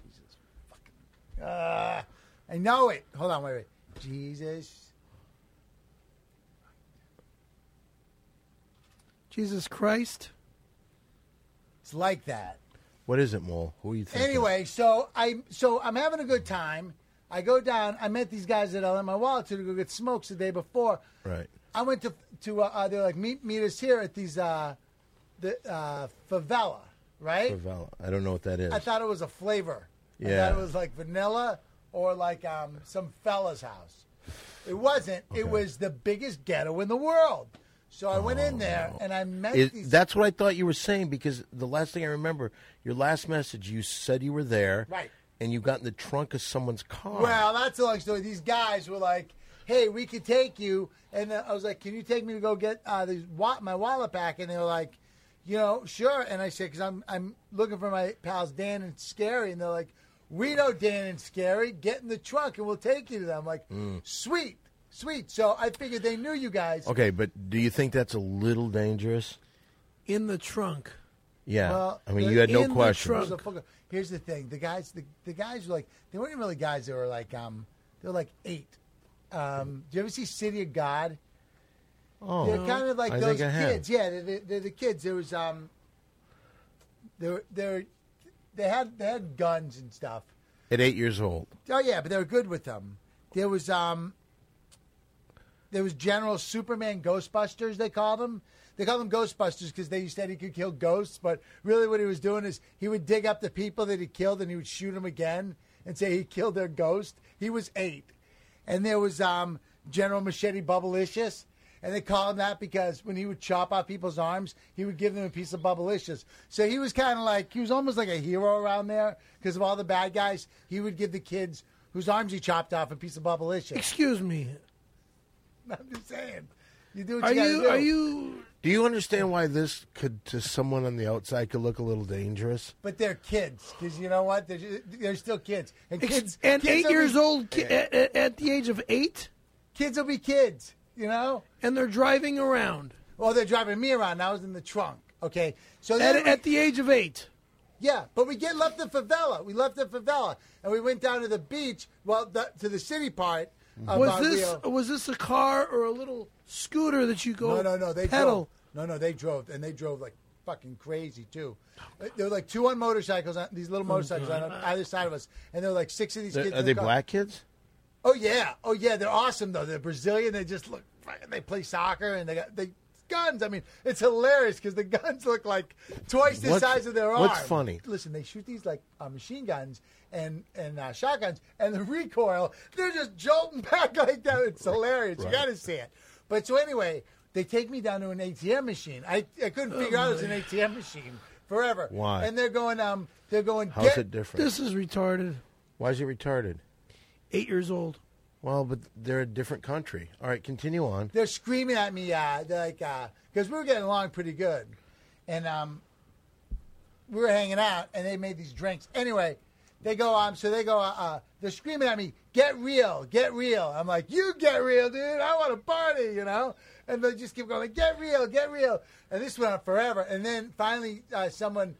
B: Uh, I know it. Hold on, wait, wait. Jesus.
C: Jesus Christ.
B: It's like that.
A: What is it, Mole? Who are you thinking?
B: Anyway, so I so I'm having a good time. I go down. I met these guys that I lent my wallet to to go get smokes the day before.
A: Right.
B: I went to to uh, uh, they're like meet meet us here at these uh the uh favela, right?
A: Favela. I don't know what that is.
B: I thought it was a flavor. I
A: Yeah.
B: thought it was like vanilla or like um some fella's house. It wasn't. It was the biggest ghetto in the world. So I went in there and I met
A: Oh, It,
B: these.
A: that's what I thought you were saying because the last thing I remember, your last message, you said you were there,
B: Right.
A: And you got in the trunk of someone's car.
B: Well, that's a long story. These guys were like, "Hey, we could take you," and then I was like, "Can you take me to go get uh, these, wa- my wallet back?" And they were like, "You know, sure." And I said, "Cause I'm I'm looking for my pals Dan and Scary," and they're like, "We know Dan and Scary. Get in the trunk, and we'll take you to them." I'm like, sweet, sweet. So I figured they knew you guys.
A: Hmm. okay, but do you think that's a little dangerous?
C: In the trunk.
A: Yeah,
B: Well,
A: I mean,
B: Uh, the-
A: you had
C: in
A: no
B: It
C: the
A: question.
B: was a
C: trunk.
B: fucking- Here's the thing: the guys, the, the guys were like, they weren't even really guys. They were like, um, they were like eight. Um, do you ever see City of God?
A: Oh,
B: They're kind of like
A: I
B: those
A: think I have.
B: kids. Yeah, they're, they're, they're the kids. There was um, they were, they were, they had they had guns and stuff.
A: at eight years old.
B: Oh yeah, but they were good with them. There was um, there was General Superman Ghostbusters. They called him. They called him Ghostbusters because they said he could kill ghosts, but really what he was doing is he would dig up the people that he killed and he would shoot them again and say he killed their ghost. He was eight, and there was um, General Machete Bubblicious. And they call him that because when he would chop off people's arms, he would give them a piece of bubblicious. So he was kind of like, he was almost like a hero around there because of all the bad guys. He would give the kids whose arms he chopped off a piece of bubblicious.
C: Excuse me.
B: I'm just saying. You do what
C: Are
B: you,
C: you
B: gotta do.
C: are you
A: Do you understand why this could, to someone on the outside, could look a little dangerous?
B: But they're kids because you know what? They're, ju- they're still kids. And
C: ex-
B: kids.
C: an
B: kids
C: eight
B: will
C: years
B: be,
C: old ki- at, at, at the age of eight
B: Kids will be kids, you know?
C: and they're driving around
B: Well, they're driving me around. I was in the trunk. Okay. So
C: at,
B: then we-
C: at the age of eight?
B: Yeah, but we get left the favela. We left the favela, and we went down to the beach. Well, the, to the city part. of
C: Mm-hmm. Was
B: our
C: this
B: Rio.
C: was this a car or a little scooter that you go?
B: No, no, no. They
C: pedal.
B: drove. No, no. They drove, and they drove like fucking crazy too. Uh, there were like two on motorcycles, on, these
C: Oh,
B: little motorcycles on either side of us, and there were like six of these
A: They're-
B: kids.
A: are
B: in
A: they
B: the car.
A: black kids?
B: Oh yeah, oh yeah. They're awesome though. They're Brazilian. They just look. fucking- They play soccer, and they got they guns. I mean, it's hilarious because the guns look like twice the
A: What's-
B: size of their arm.
A: what's funny?
B: Listen, they shoot these like uh, machine guns and and uh, shotguns, and the recoil, they're just jolting back like that. It's hilarious. You got to see it. But so anyway, they take me down to an ATM machine. I, I couldn't figure out it was an ATM machine forever.
A: Why?
B: And they're going um they're going
A: How's
B: get
A: it different?
C: This is retarded.
A: Why is it retarded?
C: Eight years old.
A: Well, but they're a different country. All right, continue on.
B: they're screaming at me uh, they're like because we were getting along pretty good and um, we were hanging out and they made these drinks anyway they go um so they go uh, uh they're screaming at me get real get real i'm like you get real dude i want to party you know and they just keep going like, get real get real and this went on forever and then finally uh, someone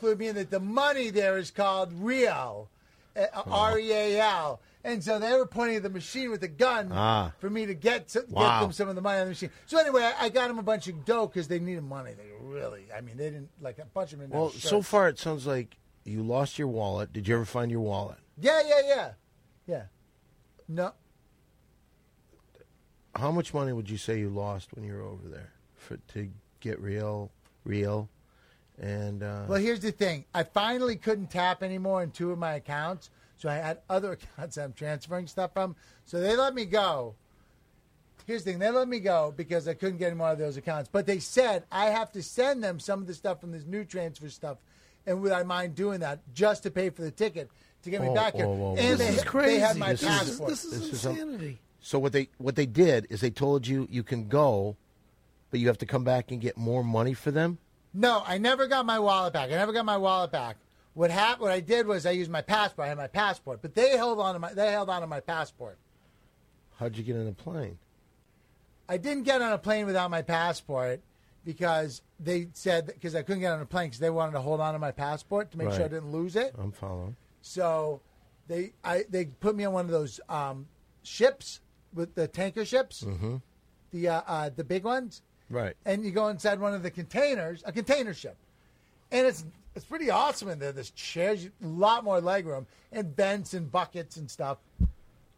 B: clued me in that the money there is called real uh, R E A L. And so they were pointing at the machine with a gun
A: Ah.
B: for me to get to,
A: Wow.
B: get them some of the money on the machine. So anyway, I, I got them a bunch of dough because they needed money. They really, I mean, they didn't like a bunch of them. didn't
A: Well,
B: have
A: so
B: shirts.
A: far it sounds like you lost your wallet. Did you ever find your wallet?
B: yeah, yeah, yeah, yeah. No,
A: How much money would you say you lost when you were over there for to get real, real, and uh,
B: Well, here's the thing. I finally couldn't tap anymore in two of my accounts, so I had other accounts I'm transferring stuff from. So they let me go. Here's the thing. They let me go because I couldn't get any more of those accounts. But they said I have to send them some of the stuff from this new transfer stuff, and would I mind doing that just to pay for the ticket to get me
A: Whoa,
B: back here?
A: whoa, whoa, whoa.
B: And
C: This
B: they,
C: is crazy.
B: they had my
A: This is-
B: passport.
C: This is,
A: This is a-
C: insanity.
A: so what they what they did is they told you you can go, but you have to come back and get more money for them.
B: No, I never got my wallet back. I never got my wallet back. What hap- What I did was I used my passport. I had my passport, but they held on to my they held on to my passport.
A: How'd you get on the plane?
B: I didn't get on a plane without my passport because they said because I couldn't get on a plane because they wanted to hold on to my passport to make sure I
A: Right. Um.
B: didn't lose it.
A: I'm following.
B: So they I they put me on one of those um, ships with the tanker ships, mm-hmm. the uh, uh, the big ones,
A: Right.
B: and you go inside one of the containers, a container ship, and it's it's pretty awesome in there. There's chairs, a lot more legroom, and vents and buckets and stuff.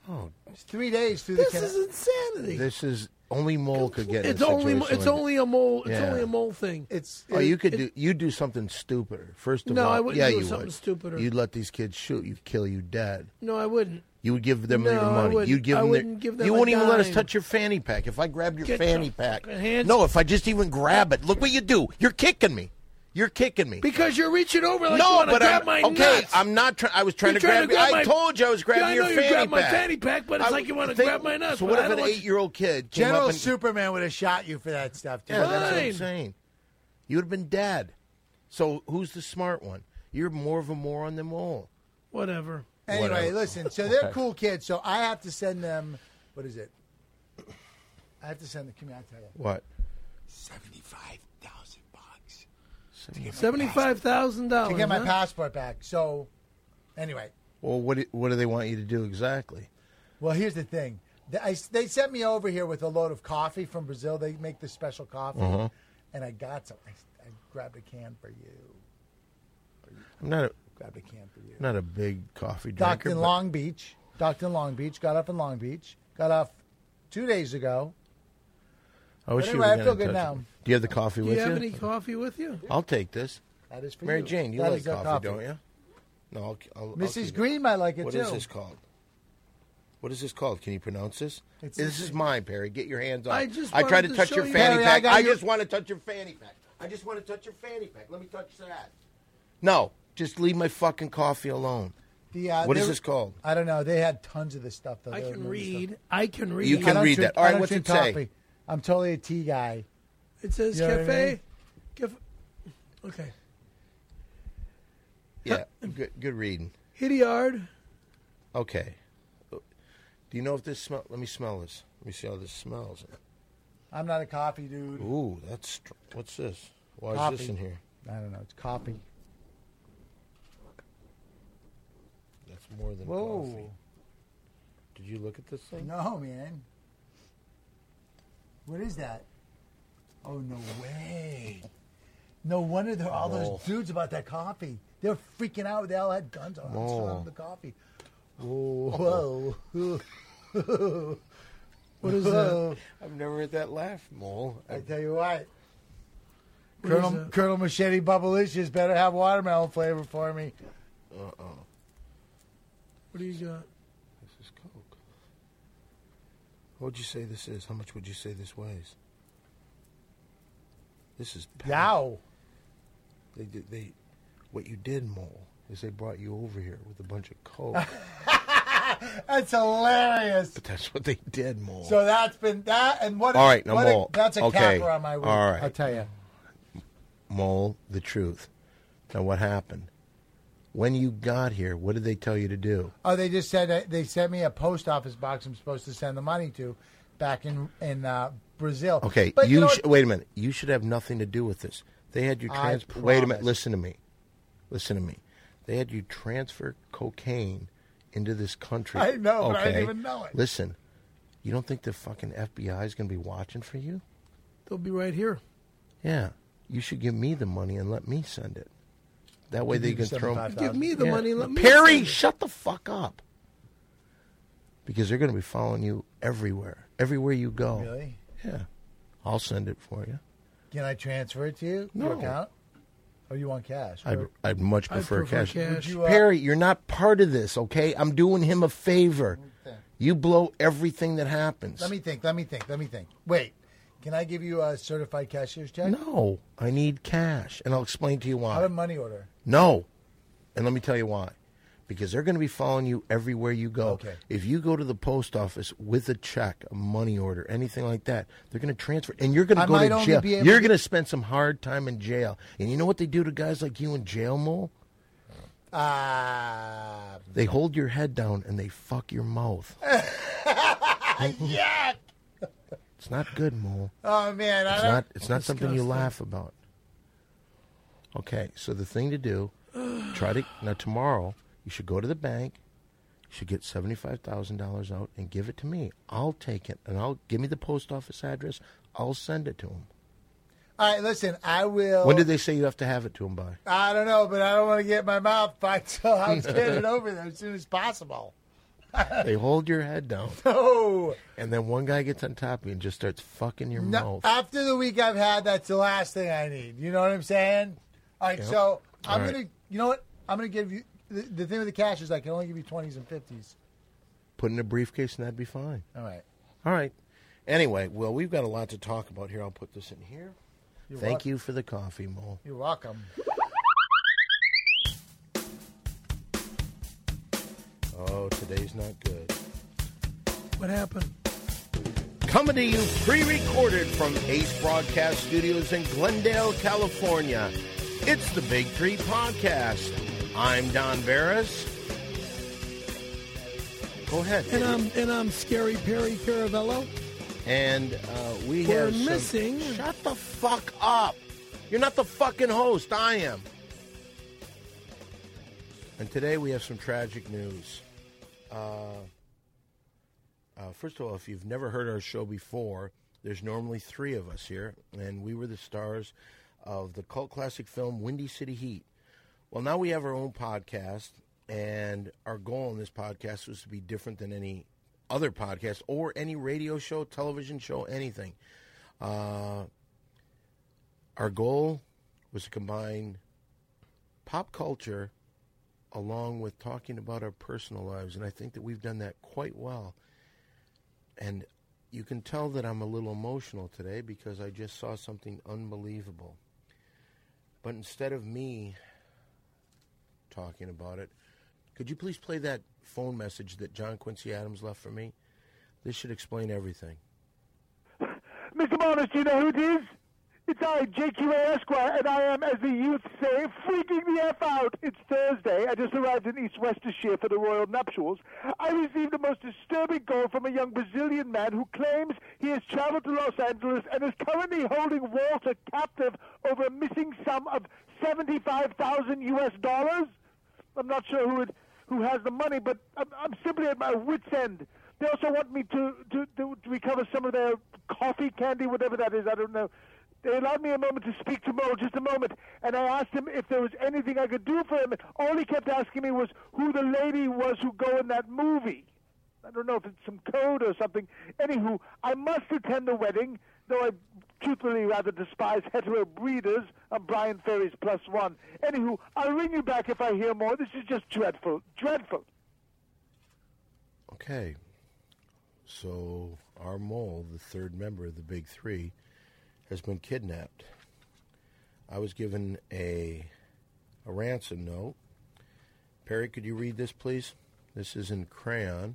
A: Oh,
B: It's three days through
C: This
B: the.
C: is insanity.
A: this is only mole could get. in a
C: it's only
A: situation
C: it's
A: like
C: only a mole. It's
A: Yeah.
C: only a mole thing.
B: it's
A: Oh, you could do you do something stupider. First of
C: No,
A: all,
C: I wouldn't
A: yeah,
C: do
A: you
C: something
A: would.
C: stupider.
A: You'd let these kids shoot you, kill you dead.
C: no, I wouldn't.
A: You would give them
C: No,
A: your
C: I
A: money.
C: wouldn't.
A: You'd give
C: I
A: them their-
C: wouldn't give them
A: You
C: a
A: wouldn't even let us
C: dime.
A: touch your fanny pack. If I grabbed your
C: Get your
A: fanny pack,
C: fucking hands-
A: no. If I just even grab it, look what you do. You're kicking me. You're kicking me.
C: Because you're reaching over like you
A: no,
C: want to
A: but
C: grab
A: I'm,
C: my
A: okay.
C: nuts.
A: I'm not trying. I was trying
C: You're
A: to
C: trying
A: grab.
C: to
A: you.
C: grab
A: I
C: my-
A: told you I was grabbing
C: Yeah, I
A: your
C: know you
A: fanny
C: grabbed my
A: pack.
C: fanny pack, but it's like you wanna
A: think-
C: grab my nuts,
A: So
C: but
A: what
C: I
A: if
C: don't
A: an
C: want you-
A: eight-year-old kid came
B: General
A: up and
B: Superman would have shot you for that stuff. Too.
A: Yeah, that's what I'm
C: Fine.
A: saying. You would have been dead. So who's the smart one? You're more of a moron than Mole.
C: Whatever.
B: Anyway,
A: Whatever.
B: listen. So they're cool kids. So I have to send them. What is it? I have to send the community.
A: What?
B: Seventy-five thousand bucks
C: Seventy-five thousand
B: to
C: dollars.
B: get my passport back. So, anyway,
A: Well, what do, what do they want you to do exactly?
B: well, here's the thing. They, I, they sent me over here with a load of coffee from Brazil. They make this special coffee,
A: Mm-hmm.
B: and I got some. I, I grabbed a can for you.
A: I'm not a,
B: Grabbed a can for you.
A: I'm not a big coffee
B: docked
A: drinker.
B: in
A: but-
B: Long Beach. Docked in Long Beach. Got off in Long Beach. Got off two days ago.
A: I wish
B: But
A: you
B: anyway,
A: would
B: I
A: get
B: feel
A: in
B: good
A: touch.
B: now.
A: Do you have the coffee
C: Do
A: with
C: you
A: you?
C: have any coffee with you?
A: I'll take this.
B: That is for
A: Mary
B: you.
A: Jane, you
B: That
A: like
B: is our
A: coffee, don't you? No, I'll, I'll, I'll
B: Mrs.
A: keep it.
B: Green might like it
A: What
B: too.
A: is this called? What is this called? Can you pronounce this?
B: It's-
A: this is mine, Perry. Get your hands on.
C: I
A: it.
C: just
A: I tried
C: wanted
A: to,
C: to
A: touch
C: show
A: your
C: you-
A: fanny
B: Perry, I
A: pack.
B: got
A: I,
B: your-
A: just want to touch your fanny pack. I just want to touch your fanny pack. Let me touch that. No, just leave my fucking coffee alone.
B: The, uh,
A: What is
B: there-
A: this called?
B: I don't know. They had tons of this stuff though.
C: I
B: They
C: can
B: were really
C: read.
B: stuff.
C: I can read.
A: You
B: I
A: can
B: don't
A: read
B: drink-
A: that. All right,
B: I don't
A: what's
B: drink
A: it say?
B: coffee. I'm totally a tea guy.
C: It says
B: You know what I mean?
C: cafe. Caf- Okay.
A: Yeah, good, good reading.
C: Hidiard.
A: Okay. Do you know if this smell? Let me smell this. Let me see how this smells.
B: I'm not a coffee dude.
A: Ooh, that's str- what's this? Why is
B: Coffee.
A: this in here?
B: I don't know. It's coffee.
A: more than
B: Whoa.
A: coffee. Did you look at this thing?
B: No, man. What is that? Oh, no way. No wonder there are all
A: Mole.
B: those dudes about that coffee. They're freaking out. They all had guns on them
A: Mole.
B: surrounding the coffee. Whoa. Whoa.
A: What is
B: that?
A: I've never heard that laugh, Mole.
B: I tell you what.
C: What is
B: Colonel,
C: that?
B: Colonel Machete Bubblicious better have watermelon flavor for me.
A: Uh-oh.
C: What do you got?
A: This is Coke. What would you say this is? How much would you say this weighs? This is packed.
B: Yow.
A: They did they what you did, Mole, is they brought you over here with a bunch of coke.
B: That's hilarious.
A: but that's what they did, Mole.
B: So that's been that, and what?
A: All right, now,
B: what a-
A: Walt.
B: that's a
A: Okay.
B: capper on my week.
A: All right.
B: I'll tell you.
A: Mole, the truth. Now what happened? When you got here, what did they tell you to do?
B: Oh, they just said that they sent me a post office box. I'm supposed to send the money to, back in in uh, Brazil.
A: Okay,
B: but
A: you,
B: you, know
A: sh-
B: what?
A: wait a minute. You should have nothing to do with this. They had you
B: I
A: transfer. Wait a minute.
B: promise.
A: Listen to me. Listen to me. They had you transfer cocaine into this country.
B: I know,
A: Okay.
B: but I didn't even know it.
A: Listen, you don't think the fucking FBI is going to be watching for you?
C: They'll be right here.
A: Yeah. You should give me the money and let me send it. That way they
B: you
A: can throw.
B: $75,000.
C: Give me the
A: Yeah.
C: money. Let me
A: Perry,
C: send it.
A: shut the fuck up. Because they're going to be following you everywhere, everywhere you go.
B: really?
A: Yeah. I'll send it for you.
B: Can I transfer it to you?
A: No.
B: Your account? Oh, you want cash?
A: I'd,
B: Where-
A: I'd much
C: I'd
A: prefer,
C: prefer
A: cash.
C: cash.
B: Would you, uh,
A: Perry, you're not part of this, okay? I'm doing him a favor.
B: Okay.
A: You blow everything that happens.
B: let me think. Let me think. Let me think. Wait. Can I give you a certified cashier's check?
A: No, I need cash, and I'll explain to you
B: Out
A: why.
B: of money order.
A: No, and let me tell you why. Because they're going to be following you everywhere you go.
B: Okay.
A: If you go to the post office with a check, a money order, anything like that, they're going to transfer, and you're going
B: I
A: to go
B: might
A: to
B: only
A: jail.
B: be able
A: You're
B: to-
A: going to spend some hard time in jail. And you know what they do to guys like you in jail, Mole?
B: Ah.
A: They hold your head down and they fuck your mouth.
B: yeah.
A: It's not good, Mole.
B: Oh man. I
A: It's
B: don't,
A: not. It's not something you laugh about. Okay, so the thing to do, try to now tomorrow. You should go to the bank. You should get seventy-five thousand dollars out and give it to me. I'll take it and I'll give me the post office address. I'll send it to him.
B: All right. Listen. I will.
A: When did they say you have to have it to him by?
B: I don't know, but I don't want to get my mouth fucked, so I'll get it over there as soon as possible.
A: They hold your head down,
B: Oh,
A: and then one guy gets on top of you and just starts fucking your
B: no,
A: mouth.
B: after the week I've had, that's the last thing I need. You know what I'm saying? All right,
A: Yep.
B: so I'm
A: All right.
B: gonna, you know what? I'm gonna give you the, the thing with the cash is I can only give you 20s and 50s.
A: Put in a briefcase and that'd be fine.
B: All right,
A: All right. Anyway, well, we've got a lot to talk about here. I'll put this in here. Thank
B: welcome.
A: you for the coffee, Mole.
B: you're welcome.
A: Oh, today's not good.
C: What happened?
A: Coming to you pre recorded from Ace Broadcast Studios in Glendale, California. It's the Big Three Podcast. I'm Don Barris. Go ahead.
C: And I'm and I'm scary Perry Caravello.
A: And, uh, we
C: We're
A: have. some-
C: missing-
A: Shut the fuck up. You're not the fucking host. I am. And today we have some tragic news. Uh, first of all, if you've never heard our show before, there's normally three of us here, and we were the stars of the cult classic film Windy City Heat. Well, now we have our own podcast, and our goal in this podcast was to be different than any other podcast or any radio show, television show, anything. Uh, our goal was to combine pop culture along with talking about our personal lives, and I think that we've done that quite well and you can tell that I'm a little emotional today because I just saw something unbelievable. But instead of me talking about it, could you please play that phone message that John Quincy Adams left for me? This should explain everything.
J: Mr. Morris, do you know who it is? It's I, JQA Esquire, and I am, as the youth say, freaking the F out. It's Thursday. I just arrived in East Worcestershire for the royal nuptials. I received a most disturbing call from a young Brazilian man who claims he has traveled to Los Angeles and is currently holding Walter captive over a missing sum of 75,000 US dollars. I'm not sure who it who has the money, but I'm, I'm simply at my wit's end. They also want me to, to, to, to recover some of their coffee, candy, whatever that is. I don't know. They allowed me a moment to speak to Mo, just a moment, and I asked him if there was anything I could do for him. All he kept asking me was who the lady was who go in that movie. I don't know if it's some code or something. Anywho, I must attend the wedding, though I truthfully rather despise hetero breeders. I'm Brian Ferry's plus one. Anywho, I'll ring you back if I hear more. This is just dreadful. Dreadful.
A: Okay. So our mole, the third member of the Big Three, has been kidnapped. I was given a a ransom note. Perry, could you read this, please? This is in crayon.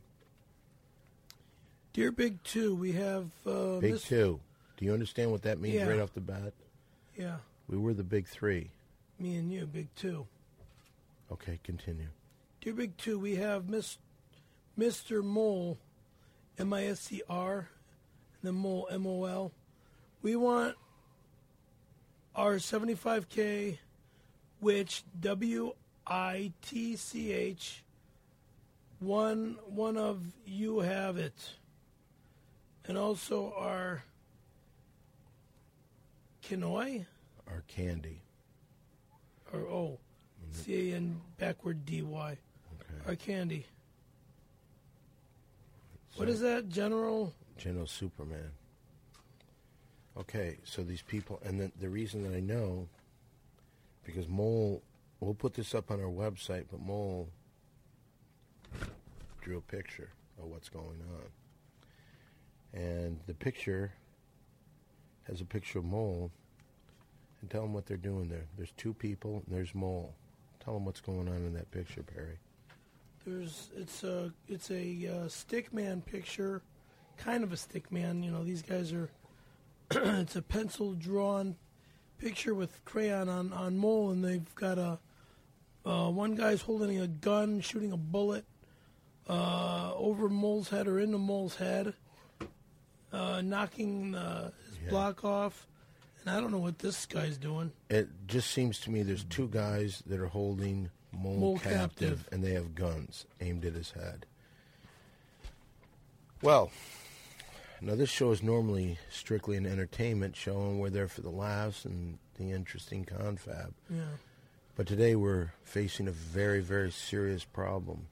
C: Dear Big Two, we have uh,
A: big
C: Miss-
A: two. Do you understand what that means
C: Yeah.
A: right off the bat?
C: Yeah,
A: We were the big three.
C: me and you, Big Two.
A: Okay, continue.
C: Dear Big Two, we have Miss, Mr. Mole, M I S E R, and then Mole, M O L. We want our 75K, which W I T C H, one, one of you have it. And also our Kanoi,
A: Our candy.
C: or O, C A N backward D Y, our candy. What is that, General?
A: General Superman. Okay, so these people, and the, the reason that I know, because Mole, we'll put this up on our website, but Mole drew a picture of what's going on. And the picture has a picture of Mole, and tell them what they're doing there. There's two people, and there's Mole. Tell them what's going on in that picture, Perry.
C: There's it's a it's a uh, stick man picture, kind of a stick man. You know these guys are. it's a pencil drawn picture with crayon on on mole, and they've got a uh, one guy's holding a gun, shooting a bullet uh, over mole's head or into mole's head, uh, knocking uh, his block off. And I don't know what this guy's doing.
A: It just seems to me there's two guys that are holding Mole,
C: Mole
A: captive,
C: captive.
A: and they have guns aimed at his head. Well, now this show is normally strictly an entertainment show, and we're there for the laughs and the interesting confab.
C: Yeah.
A: But today we're facing a very, very serious problem.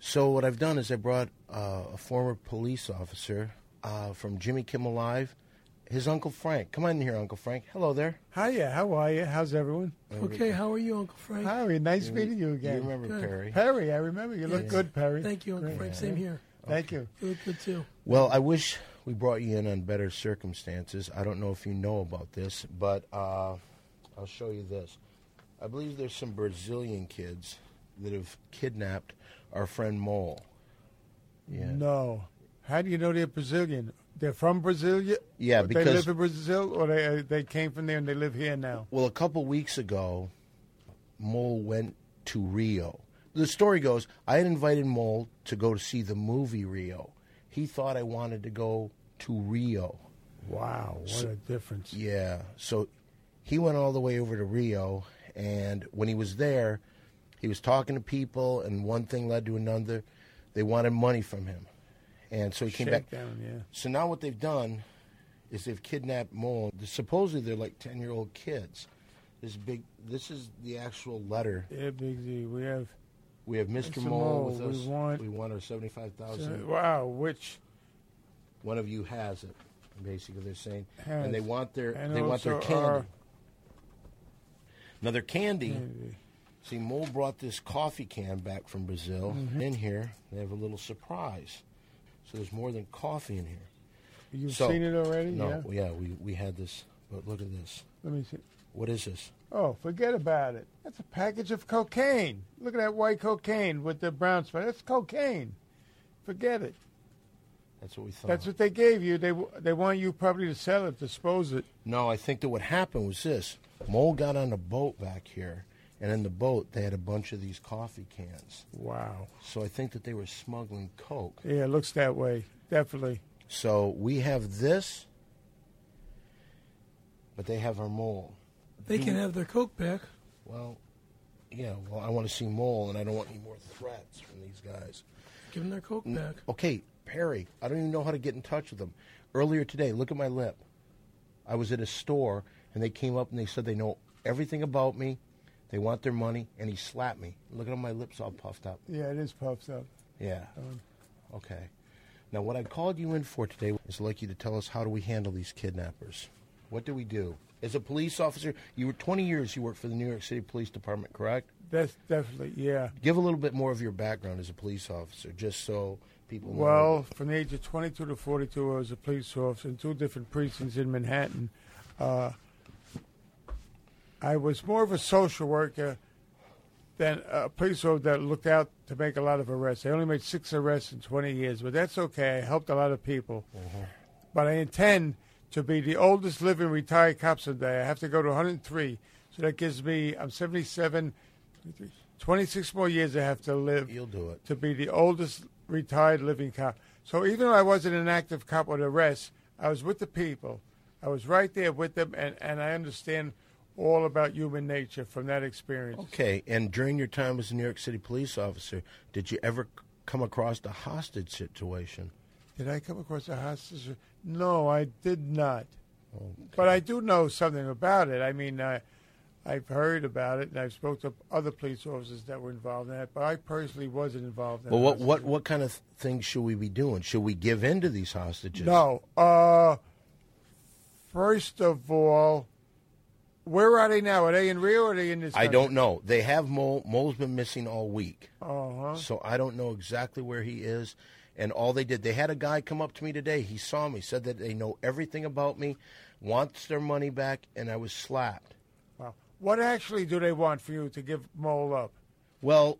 A: So what I've done is I brought uh, a former police officer uh, from Jimmy Kimmel Live, his uncle Frank. Come on in here, Uncle Frank. Hello there.
K: Hiya, how are you? How's everyone?
C: Okay, how are you, Uncle Frank?
K: Harry, nice
C: You-
K: meeting you
A: you
K: again.
A: remember Good. Perry.
K: Perry, I remember. You look
A: Yes.
K: good, Perry.
C: Thank you, Uncle
K: Great.
C: Frank. Same here.
K: Thank you.
C: You look good too.
A: Well, I wish we brought you in on better circumstances. I don't know if you know about this, but uh, I'll show you this. I believe there's some Brazilian kids that have kidnapped our friend Mole. Yeah.
K: No. How do you know they're Brazilian? They're from Brazil? y-
A: Yeah,
K: but They
A: because-
K: live in Brazil, or they, uh, they came from there and they live here now?
A: Well, a couple weeks ago, Mole went to Rio. The story goes I had invited Mole to go to see the movie Rio. He thought I wanted to go to Rio.
K: Wow, what
A: So-
K: a difference.
A: Yeah. So he went all the way over to Rio, and when he was there, he was talking to people, and one thing led to another. They wanted money from him, and so he came back.
K: Shakedown, yeah.
A: So now what they've done is they've kidnapped Mole. Supposedly they're like ten-year-old kids. This big. This is the actual letter.
K: Yeah, Big Z, we have.
A: We have Mr.
K: Mr.
A: Mole
K: Mole,
A: with
K: we
A: us.
K: want-
A: we want our seventy-five thousand.
K: Wow, which.
A: One of you has it. Basically, they're saying,
K: Has.
A: and they want their
K: And
A: they want their
K: also
A: candy.
K: our-
A: Now their candy.
K: Maybe.
A: See, Mole brought this coffee can back from Brazil.
K: Mm-hmm.
A: In here, they have a little surprise. So there's more than coffee in here.
K: You've
A: So-
K: seen it already?
A: No,
K: yeah.
A: yeah, we, we had this. But look at this.
K: Let me see.
A: What is this?
K: Oh, forget about it. That's a package of cocaine. Look at that white cocaine with the brown spot. That's cocaine. Forget it.
A: That's what we thought.
K: That's what they gave you. They w- they want you probably to sell it, dispose it.
A: No, I think that what happened was this. Mole got on a boat back here, and in the boat, they had a bunch of these coffee cans.
K: Wow.
A: So I think that they were smuggling Coke.
K: Yeah, it looks that way. Definitely.
A: So we have this, but they have our mole.
C: They can have their coke back.
A: Well, you know, well, I want to see Mole, and I don't want any more threats from these guys.
C: Give them their coke
A: N-
C: back.
A: Okay, Perry, I don't even know how to get in touch with them. Earlier today, look at my lip. I was at a store, and they came up and they said they know everything about me. They want their money, and he slapped me. Look at my lips all puffed up.
K: Yeah, it is puffs up.
A: Yeah.
K: Um,
A: Okay. Now, what I called you in for today is like you to tell us how do we handle these kidnappers? What do we do? As a police officer, you were 20 years you worked for the New York City Police Department, correct?
K: That's definitely yeah.
A: Give a little bit more of your background as a police officer, just so people know.
K: Well, from the age of 22 to 42, I was a police officer in two different precincts in Manhattan. Uh, I was more of a social worker than a police officer that looked out to make a lot of arrests. I only made six arrests in 20 years, but that's okay. I helped a lot of people. But I intend to be the oldest living retired cop someday. I have to go to 103. So that gives me, I'm 77, 26 more years I have to live.
A: You'll do it.
K: To be the oldest retired living cop. So even though I wasn't an active cop with arrest, I was with the people. I was right there with them, and, and I understand all about human nature from that experience.
A: okay, and during your time as a New York City police officer, did you ever c- come across the hostage situation?
K: Did I come across a hostage? No, I did not. But I do know something about it. I mean, I, I've heard about it, and I've spoke to other police officers that were involved in it. But I personally wasn't involved in
A: Well,
K: it.
A: what, what, what kind of th- things should we be doing? Should we give in to these hostages?
K: No. Uh, first of all, where are they now? Are they in Rio? Or are they in this?
A: I don't know. They have Mole. Mole's been missing all week.
K: Uh huh.
A: So I don't know exactly where he is. And all they did, they had a guy come up to me today. He saw me, said that they know everything about me, wants their money back, and I was slapped.
K: Wow. What actually do they want for you to give Mole up?
A: Well,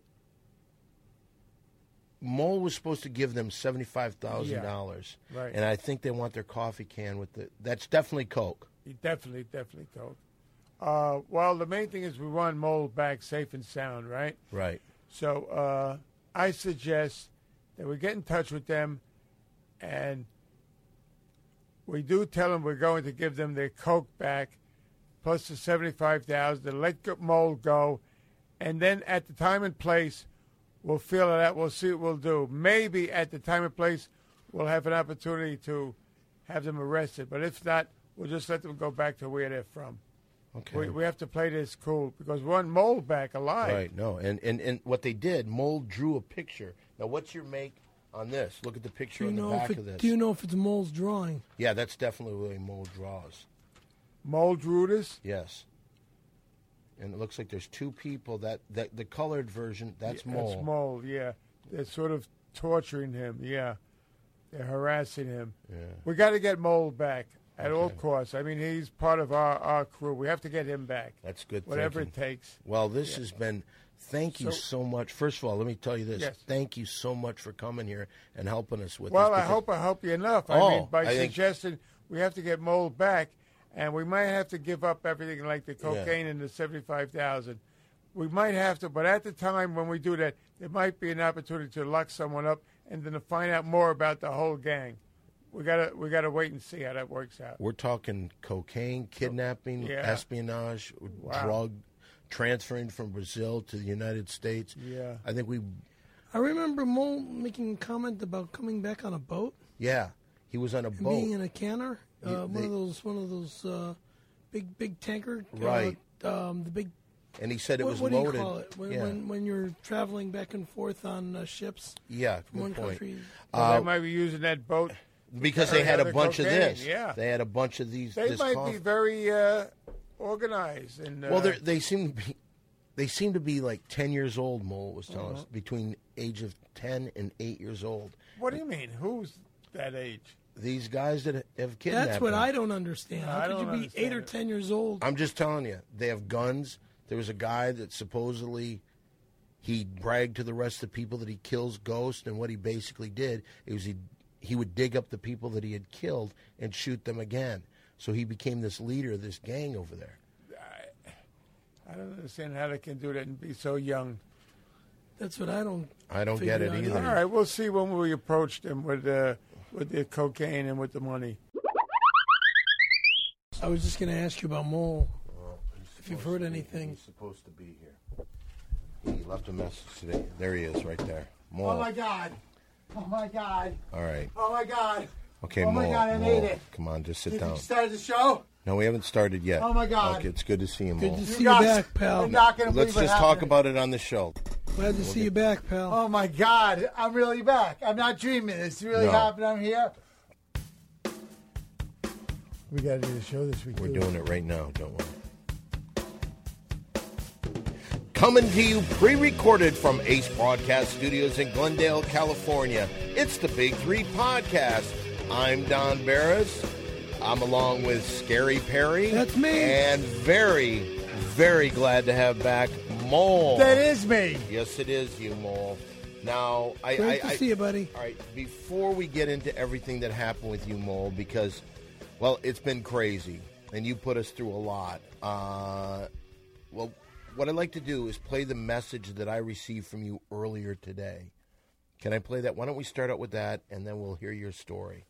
A: Mole was supposed to give them seventy-five thousand dollars,
K: Yeah, right.
A: and I think they want their coffee can with the. That's definitely coke.
K: He definitely, definitely coke. Uh, well, the main thing is we want Mole back safe and sound, right?
A: Right.
K: So uh, I suggest that we get in touch with them, and we do tell them we're going to give them their coke back, plus the seventy-five thousand, and let go- Mole go, and then at the time and place, we'll feel it out. We'll see what we'll do. Maybe at the time and place, we'll have an opportunity to have them arrested. But if not, we'll just let them go back to where they're from.
A: Okay.
K: We, we have to play this cool because we want Mole back alive.
A: Right. No. And and and what they did, Mole drew a picture. Now, what's your make on this? Look at the picture
C: Do you
A: on the
C: know
A: back
C: if
A: of
C: it,
A: this.
C: Do you know if it's Mole's drawing?
A: Yeah, that's definitely the way Mole draws.
K: Mole drew this.
A: Yes. And it looks like there's two people that, that the colored version, that's
K: Yeah,
A: mole.
K: That's mole. Yeah, they're sort of torturing him. Yeah, they're harassing him.
A: Yeah.
K: We got to get mole back at all costs. I mean, he's part of our, our crew. We have to get him back.
A: That's good
K: Whatever
A: thinking.
K: it takes.
A: Well, this
K: Yeah.
A: has been thank you so,
K: So-
A: much. First of all, let me tell you this.
K: Yes.
A: Thank you so much for coming here and helping us with
K: Well,
A: this.
K: I
A: because-
K: hope I help you enough. I
A: Oh,
K: mean, by
A: I think-
K: suggesting we have to get mole back, and we might have to give up everything like the cocaine and the seventy-five thousand. We might have to, but at the time when we do that, there might be an opportunity to lock someone up and then to find out more about the whole gang. We gotta we gotta wait and see how that works out.
A: We're talking cocaine, kidnapping,
K: Yeah.
A: espionage, drug transferring from Brazil to the United States.
K: Yeah.
A: I think we
C: I remember Mole making a comment about coming back on a boat
A: yeah, he was on a
C: and
A: boat.
C: being in a canner, uh,
A: You-
C: one
A: they-
C: of those one of those uh, big big tanker, uh,
A: Right.
C: um, the big
A: and he said it
C: what,
A: was
C: what
A: loaded.
C: do you call it when,
A: yeah.
C: when, when you're traveling back and forth on uh, ships?
A: Yeah,
C: from
A: good
C: one
A: point.
C: country.
K: Well,
A: Uh,
K: they might be using that boat to
A: because they
K: carry
A: had a
K: other
A: bunch of
K: cocaine.
A: this.
K: Yeah,
A: They had a bunch of these.
K: they
A: this
K: might
A: coffee.
K: be very uh, organized and uh,
A: well, they're- they seem to be. They seem to be like ten years old. Mole was telling
C: Uh-huh.
A: us between age of ten and eight years old.
K: What do you mean? Who's that age?
A: These guys that have kidnapped.
C: That's what
A: them.
C: I don't understand. How
K: I
C: could
K: don't
C: you be
K: understand
C: eight or
K: it.
C: ten years old?
A: I'm just telling you. They have guns. There was a guy that supposedly he bragged to the rest of the people that he kills ghosts, and what he basically did is he he would dig up the people that he had killed and shoot them again. So he became this leader of this gang over there.
K: I don't understand how they can do that and be so young.
C: That's what I don't.
A: I don't get
C: figure
A: it
C: out.
A: either.
K: All right, we'll see when we approach them with uh, with the cocaine and with the money.
C: I was just going to ask you about Mole.
A: Well, he's
C: If you've
A: supposed
C: heard
A: to be-
C: anything.
A: he's supposed to be here. He left a message today. There he is, right there. Mole.
B: Oh my god. Oh my god.
A: All right.
B: Oh my god.
A: Okay,
B: Oh my
A: Mole.
B: God, I
A: Mole.
B: made it.
A: Come on, just sit
B: Did
A: down.
B: you start the show?
A: No, we haven't started yet.
B: Oh, my God.
A: Okay, it's good to see you,
B: Good
A: Mole.
B: to see You you guys back, pal. are not gonna
A: Let's
B: believe what
A: just talk
B: happened.
A: about it on the show.
B: Glad
A: to see
B: you back, pal. Oh my god. I'm really back. I'm not dreaming. It's really
A: No.
B: happened. I'm here. We got to do the show this week.
A: We're doing it right now. Don't worry. Coming to you pre recorded from Ace Broadcast Studios in Glendale, California. It's the Big Three Podcast. I'm Don Barris. I'm along with Scary Perry. That's me. And very, very glad to have back Mole.
B: That is me.
A: Yes, it is you, Mole. Now, I.
C: Great
A: I,
C: to
A: I-
C: see you, buddy.
A: All right, before we get into everything that happened with you, Mole, because, well, it's been crazy, and you put us through a lot. Uh, well, what I'd like to do is play the message that I received from you earlier today. Can I play that? Why don't we start out with that, and then we'll hear your story.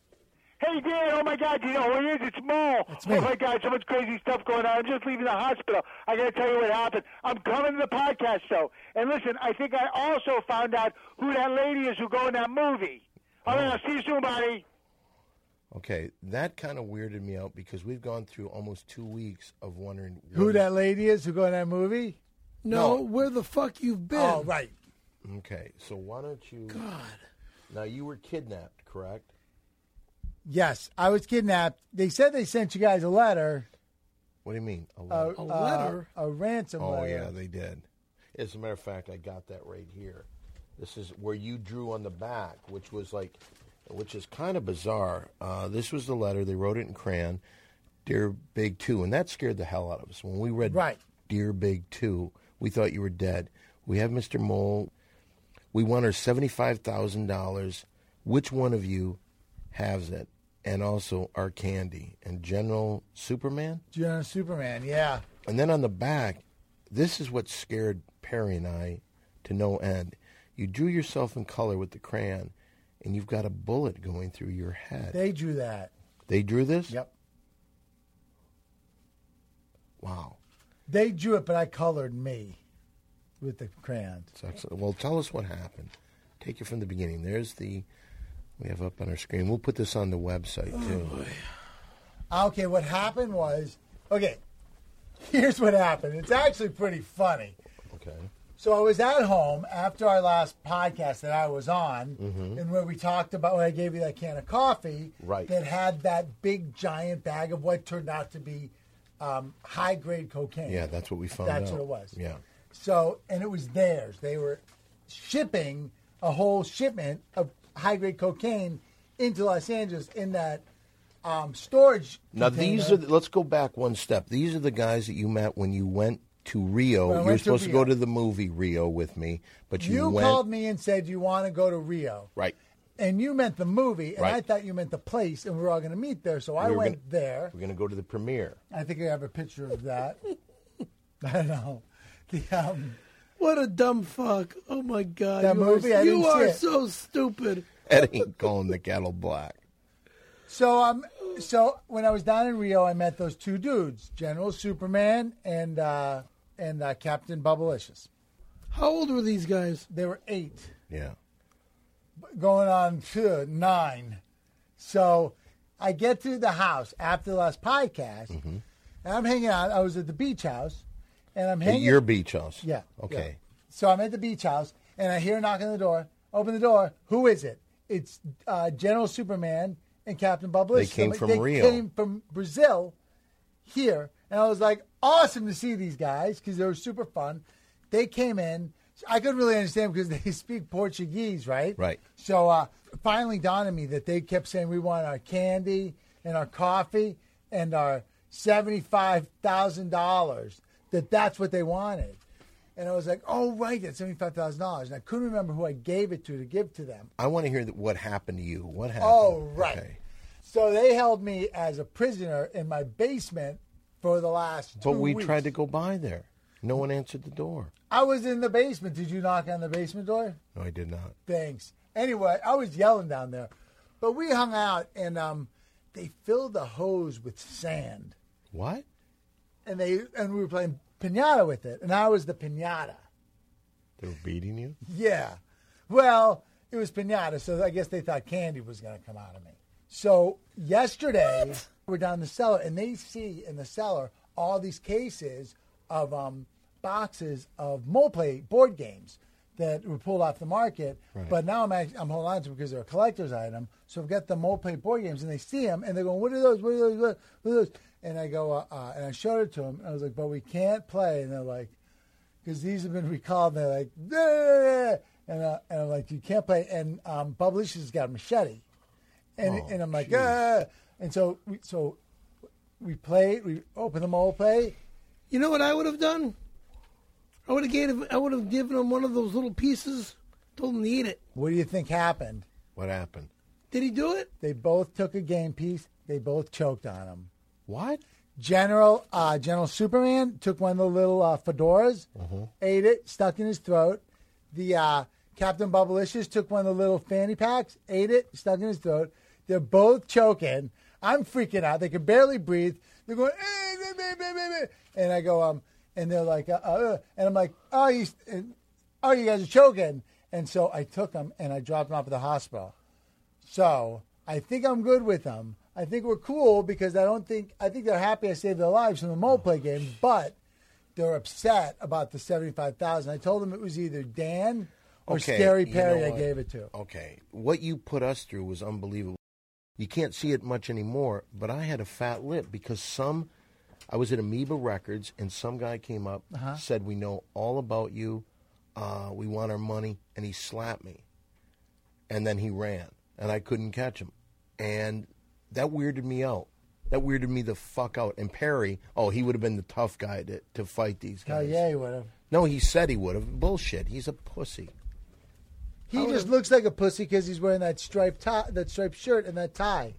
J: Hey, Dan, oh my God, you know who it is? It's Mo. Oh my God, so much crazy stuff going on. I'm just leaving the hospital. I got to tell you what happened. I'm coming to the podcast show. And listen, I think I also found out who that lady is who go in that movie. All
K: Oh.
J: right, I'll see you soon, buddy.
A: Okay, that kind of weirded me out because we've gone through almost two weeks of wondering
B: Who that lady is who go in that movie?
A: No, No.
B: where the fuck you've been? Oh, right.
A: Okay, so why don't you? God. Now you were kidnapped, correct?
B: Yes, I was kidnapped. They said they sent you guys a letter.
A: What do you mean? A
B: A,
A: letter?
B: uh, a ransom
A: oh
B: letter.
A: yeah, they did. As a matter of fact, I got that right here. This is where you drew on the back, which was like, which is kind of bizarre. Uh, this was the letter they wrote it in crayon, "Dear Big Two, and that scared the hell out of us when we read
B: Right.
A: "Dear Big Two. We thought you were dead. We have Mr. Mole. We want our seventy-five thousand dollars. Which one of you has it? And also our candy and General Superman."
B: General Superman, yeah.
A: And then on the back, this is what scared Perry and I to no end. You drew yourself in color with the crayon, and you've got a bullet going through your head.
B: They drew that.
A: They drew this?
B: Yep.
A: Wow.
B: They drew it, but I colored me with the crayons.
A: It's excellent. Well, tell us what happened. Take it from the beginning. There's the, we have up on our screen. We'll put this on the website,
B: Oh,
A: too.
B: Okay, what happened was okay. Here's what happened. It's actually pretty funny.
A: Okay.
B: So I was at home after our last podcast that I was on, and where we talked about when I gave you that can of coffee,
A: Mm-hmm. Right.
B: That had that big giant bag of what turned out to be um, high grade cocaine.
A: Yeah, that's what we found out.
B: That's what it was.
A: Yeah.
B: So, and it was theirs. They were shipping a whole shipment of high grade cocaine into Los Angeles in that um, storage.
A: Now, these are,
B: container.
A: the, let's go back one step. These are the guys that you met when you went to Rio.
B: When I
A: you were
B: went to
A: supposed to, go
B: Rio.
A: to the movie Rio with me, but you,
B: You
A: went.
B: called me and said you want to go to Rio,
A: Right.
B: and you meant the movie, and I
A: Right.
B: thought you meant the place, and we were all going to meet there. So I
A: We were
B: went
A: gonna-
B: there.
A: We're going to go to the premiere.
B: I think I have a picture of that. I don't know. The, um,
C: What a dumb fuck! Oh my god,
B: That
C: you
B: movie?
C: are,
B: I didn't
C: you
B: see
C: are
B: it.
C: so stupid.
A: That ain't calling the kettle black.
B: so um, so when I was down in Rio, I met those two dudes, General Superman and uh, and uh, Captain Bubblicious.
C: How old were these guys?
B: They were eight,
A: Yeah.
B: going on to nine. So I get to the house after the last podcast,
A: Mm-hmm.
B: and I'm hanging out. I was at the beach house, and I'm
A: At
B: hanging.
A: your beach house.
B: Yeah.
A: Okay.
B: yeah. So I'm at the beach house and I hear a knock on the door. Open the door. Who is it? It's uh, General Superman and Captain
A: They
B: Bubblicious.
A: came
B: I'm like,
A: from
B: they
A: Rio.
B: came from Brazil here. And I was like, awesome to see these guys because they were super fun. They came in. I couldn't really understand because they speak Portuguese, right?
A: Right.
B: So uh, it finally dawned on me that they kept saying we want our candy and our coffee and our seventy-five thousand dollars. That that's what they wanted, and I was like, "Oh right, that's seventy-five thousand dollars." And I couldn't remember who I gave it to to give to them.
A: I want to hear that what happened to you. What happened?
B: Oh right.
A: Okay.
B: So they held me as a prisoner in my basement for the last.
A: But
B: two
A: we
B: weeks.
A: tried to go by there. No one answered the door.
B: I was in the basement. Did you knock on the basement door?
A: No, I did not.
B: Thanks. Anyway, I was yelling down there, but we hung out and um, they filled the hose with sand,
A: What?
B: and they and we were playing pinata with it, and I was the pinata.
A: They were beating you?
B: Yeah. Well, it was pinata, so I guess they thought candy was going to come out of me. So yesterday, we're down in the cellar, and they see in the cellar all these cases of um, boxes of mole play board games that were pulled off the market.
L: Right.
B: But now I'm actually, I'm holding on to them because they're a collector's item. So I've got the mole play board games, and they see them, and they're going, "What are those? What are those? What what are those?" And I go, uh, uh, and I showed it to them, and I was like, "But we can't play." And they're like, because these have been recalled. And they're like, "Nah." and, uh, and I'm like, you can't play. And um, Bubblicious got a machete, and
L: Oh,
B: and I'm like,
L: jeez.
B: ah. And so we, so we played. We opened the mole play.
C: You know what I would have done? I would have gave. I would have given him one of those little pieces. Told him to eat it.
B: What do you think happened?
A: What happened?
C: Did he do it?
B: They both took a game piece. They both choked on him.
A: What?
B: General uh, General Superman took one of the little uh, fedoras, ate it, stuck in his throat. The uh, Captain Bubblicious took one of the little fanny packs, ate it, stuck in his throat. They're both choking. I'm freaking out. They can barely breathe. They're going, "Eh, meh, meh, meh, meh, meh." and I go, um, and they're like, uh, uh, uh, and I'm like, oh, you, and, oh, you guys are choking. And so I took them and I dropped them off at the hospital. So I think I'm good with them. I think we're cool because I don't think I think they're happy I saved their lives from the mole play game, but they're upset about the seventy five thousand. I told them it was either Dan or
A: Okay,
B: Scary
A: you
B: Perry
A: know
B: I
A: what?
B: gave it to.
A: Okay. What you put us through was unbelievable. You can't see it much anymore, but I had a fat lip because some I was at Amoeba Records and some guy came up,
L: Uh-huh.
A: said, We know all about you, uh, we want our money and he slapped me. And then he ran and I couldn't catch him. And that weirded me out. That weirded me the fuck out. And Perry, oh, he would have been the tough guy to, to fight these
B: Hell
A: guys.
B: yeah, he would have.
A: No, he said he would have. Bullshit. He's a pussy.
B: He just looks like a pussy because he's wearing that striped tie, that striped shirt, and that tie.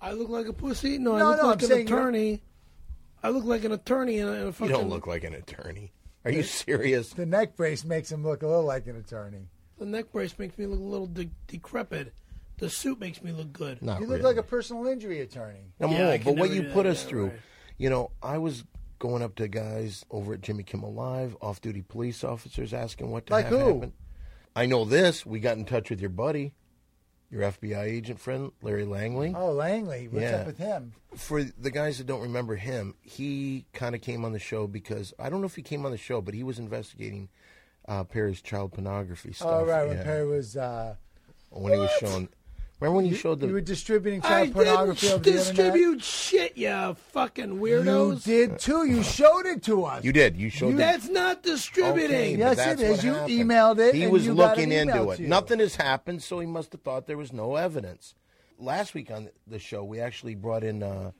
C: I look like a pussy. No, I
B: No,
C: look
B: no,
C: like
B: I'm
C: an
B: saying you don't-
C: attorney. I look like an attorney in a, in a
A: You
C: fucking.
A: don't look like an attorney. Are you serious?
B: The neck brace makes him look a little like an attorney.
C: The neck brace makes me look a little de- decrepit. The suit makes me look good.
A: Not
B: you look
A: really.
B: like a personal injury attorney.
A: No,
C: Yeah, I
A: more,
C: could
A: but what
C: never
A: you
C: do
A: put
C: that.
A: us
C: Yeah,
A: through,
C: right.
A: you know, I was going up to guys over at Jimmy Kimmel Live, off-duty police officers asking what to
B: Like
A: have
B: who?
A: happen. I know this. We got in touch with your buddy, your FBI agent friend, Larry Langley.
B: Oh, Langley, what's
A: Yeah.
B: up with him?
A: For the guys that don't remember him, he kind of came on the show because I don't know if he came on the show, but he was investigating uh, Perry's child pornography stuff.
B: oh, right, when
A: yeah.
B: Perry was uh,
A: when he was showing. Remember when you, showed the
B: you were distributing
C: I
B: child pornography over
C: didn't
B: the internet.
C: distribute shit, you fucking weirdos.
B: You did too. You showed it to us.
A: You did. You showed.
C: That's not
A: Okay,
C: distributing.
A: but that's what happened. He was looking into it. Nothing has happened, so he must have thought there was no evidence. Last week on the show, we actually brought in uh,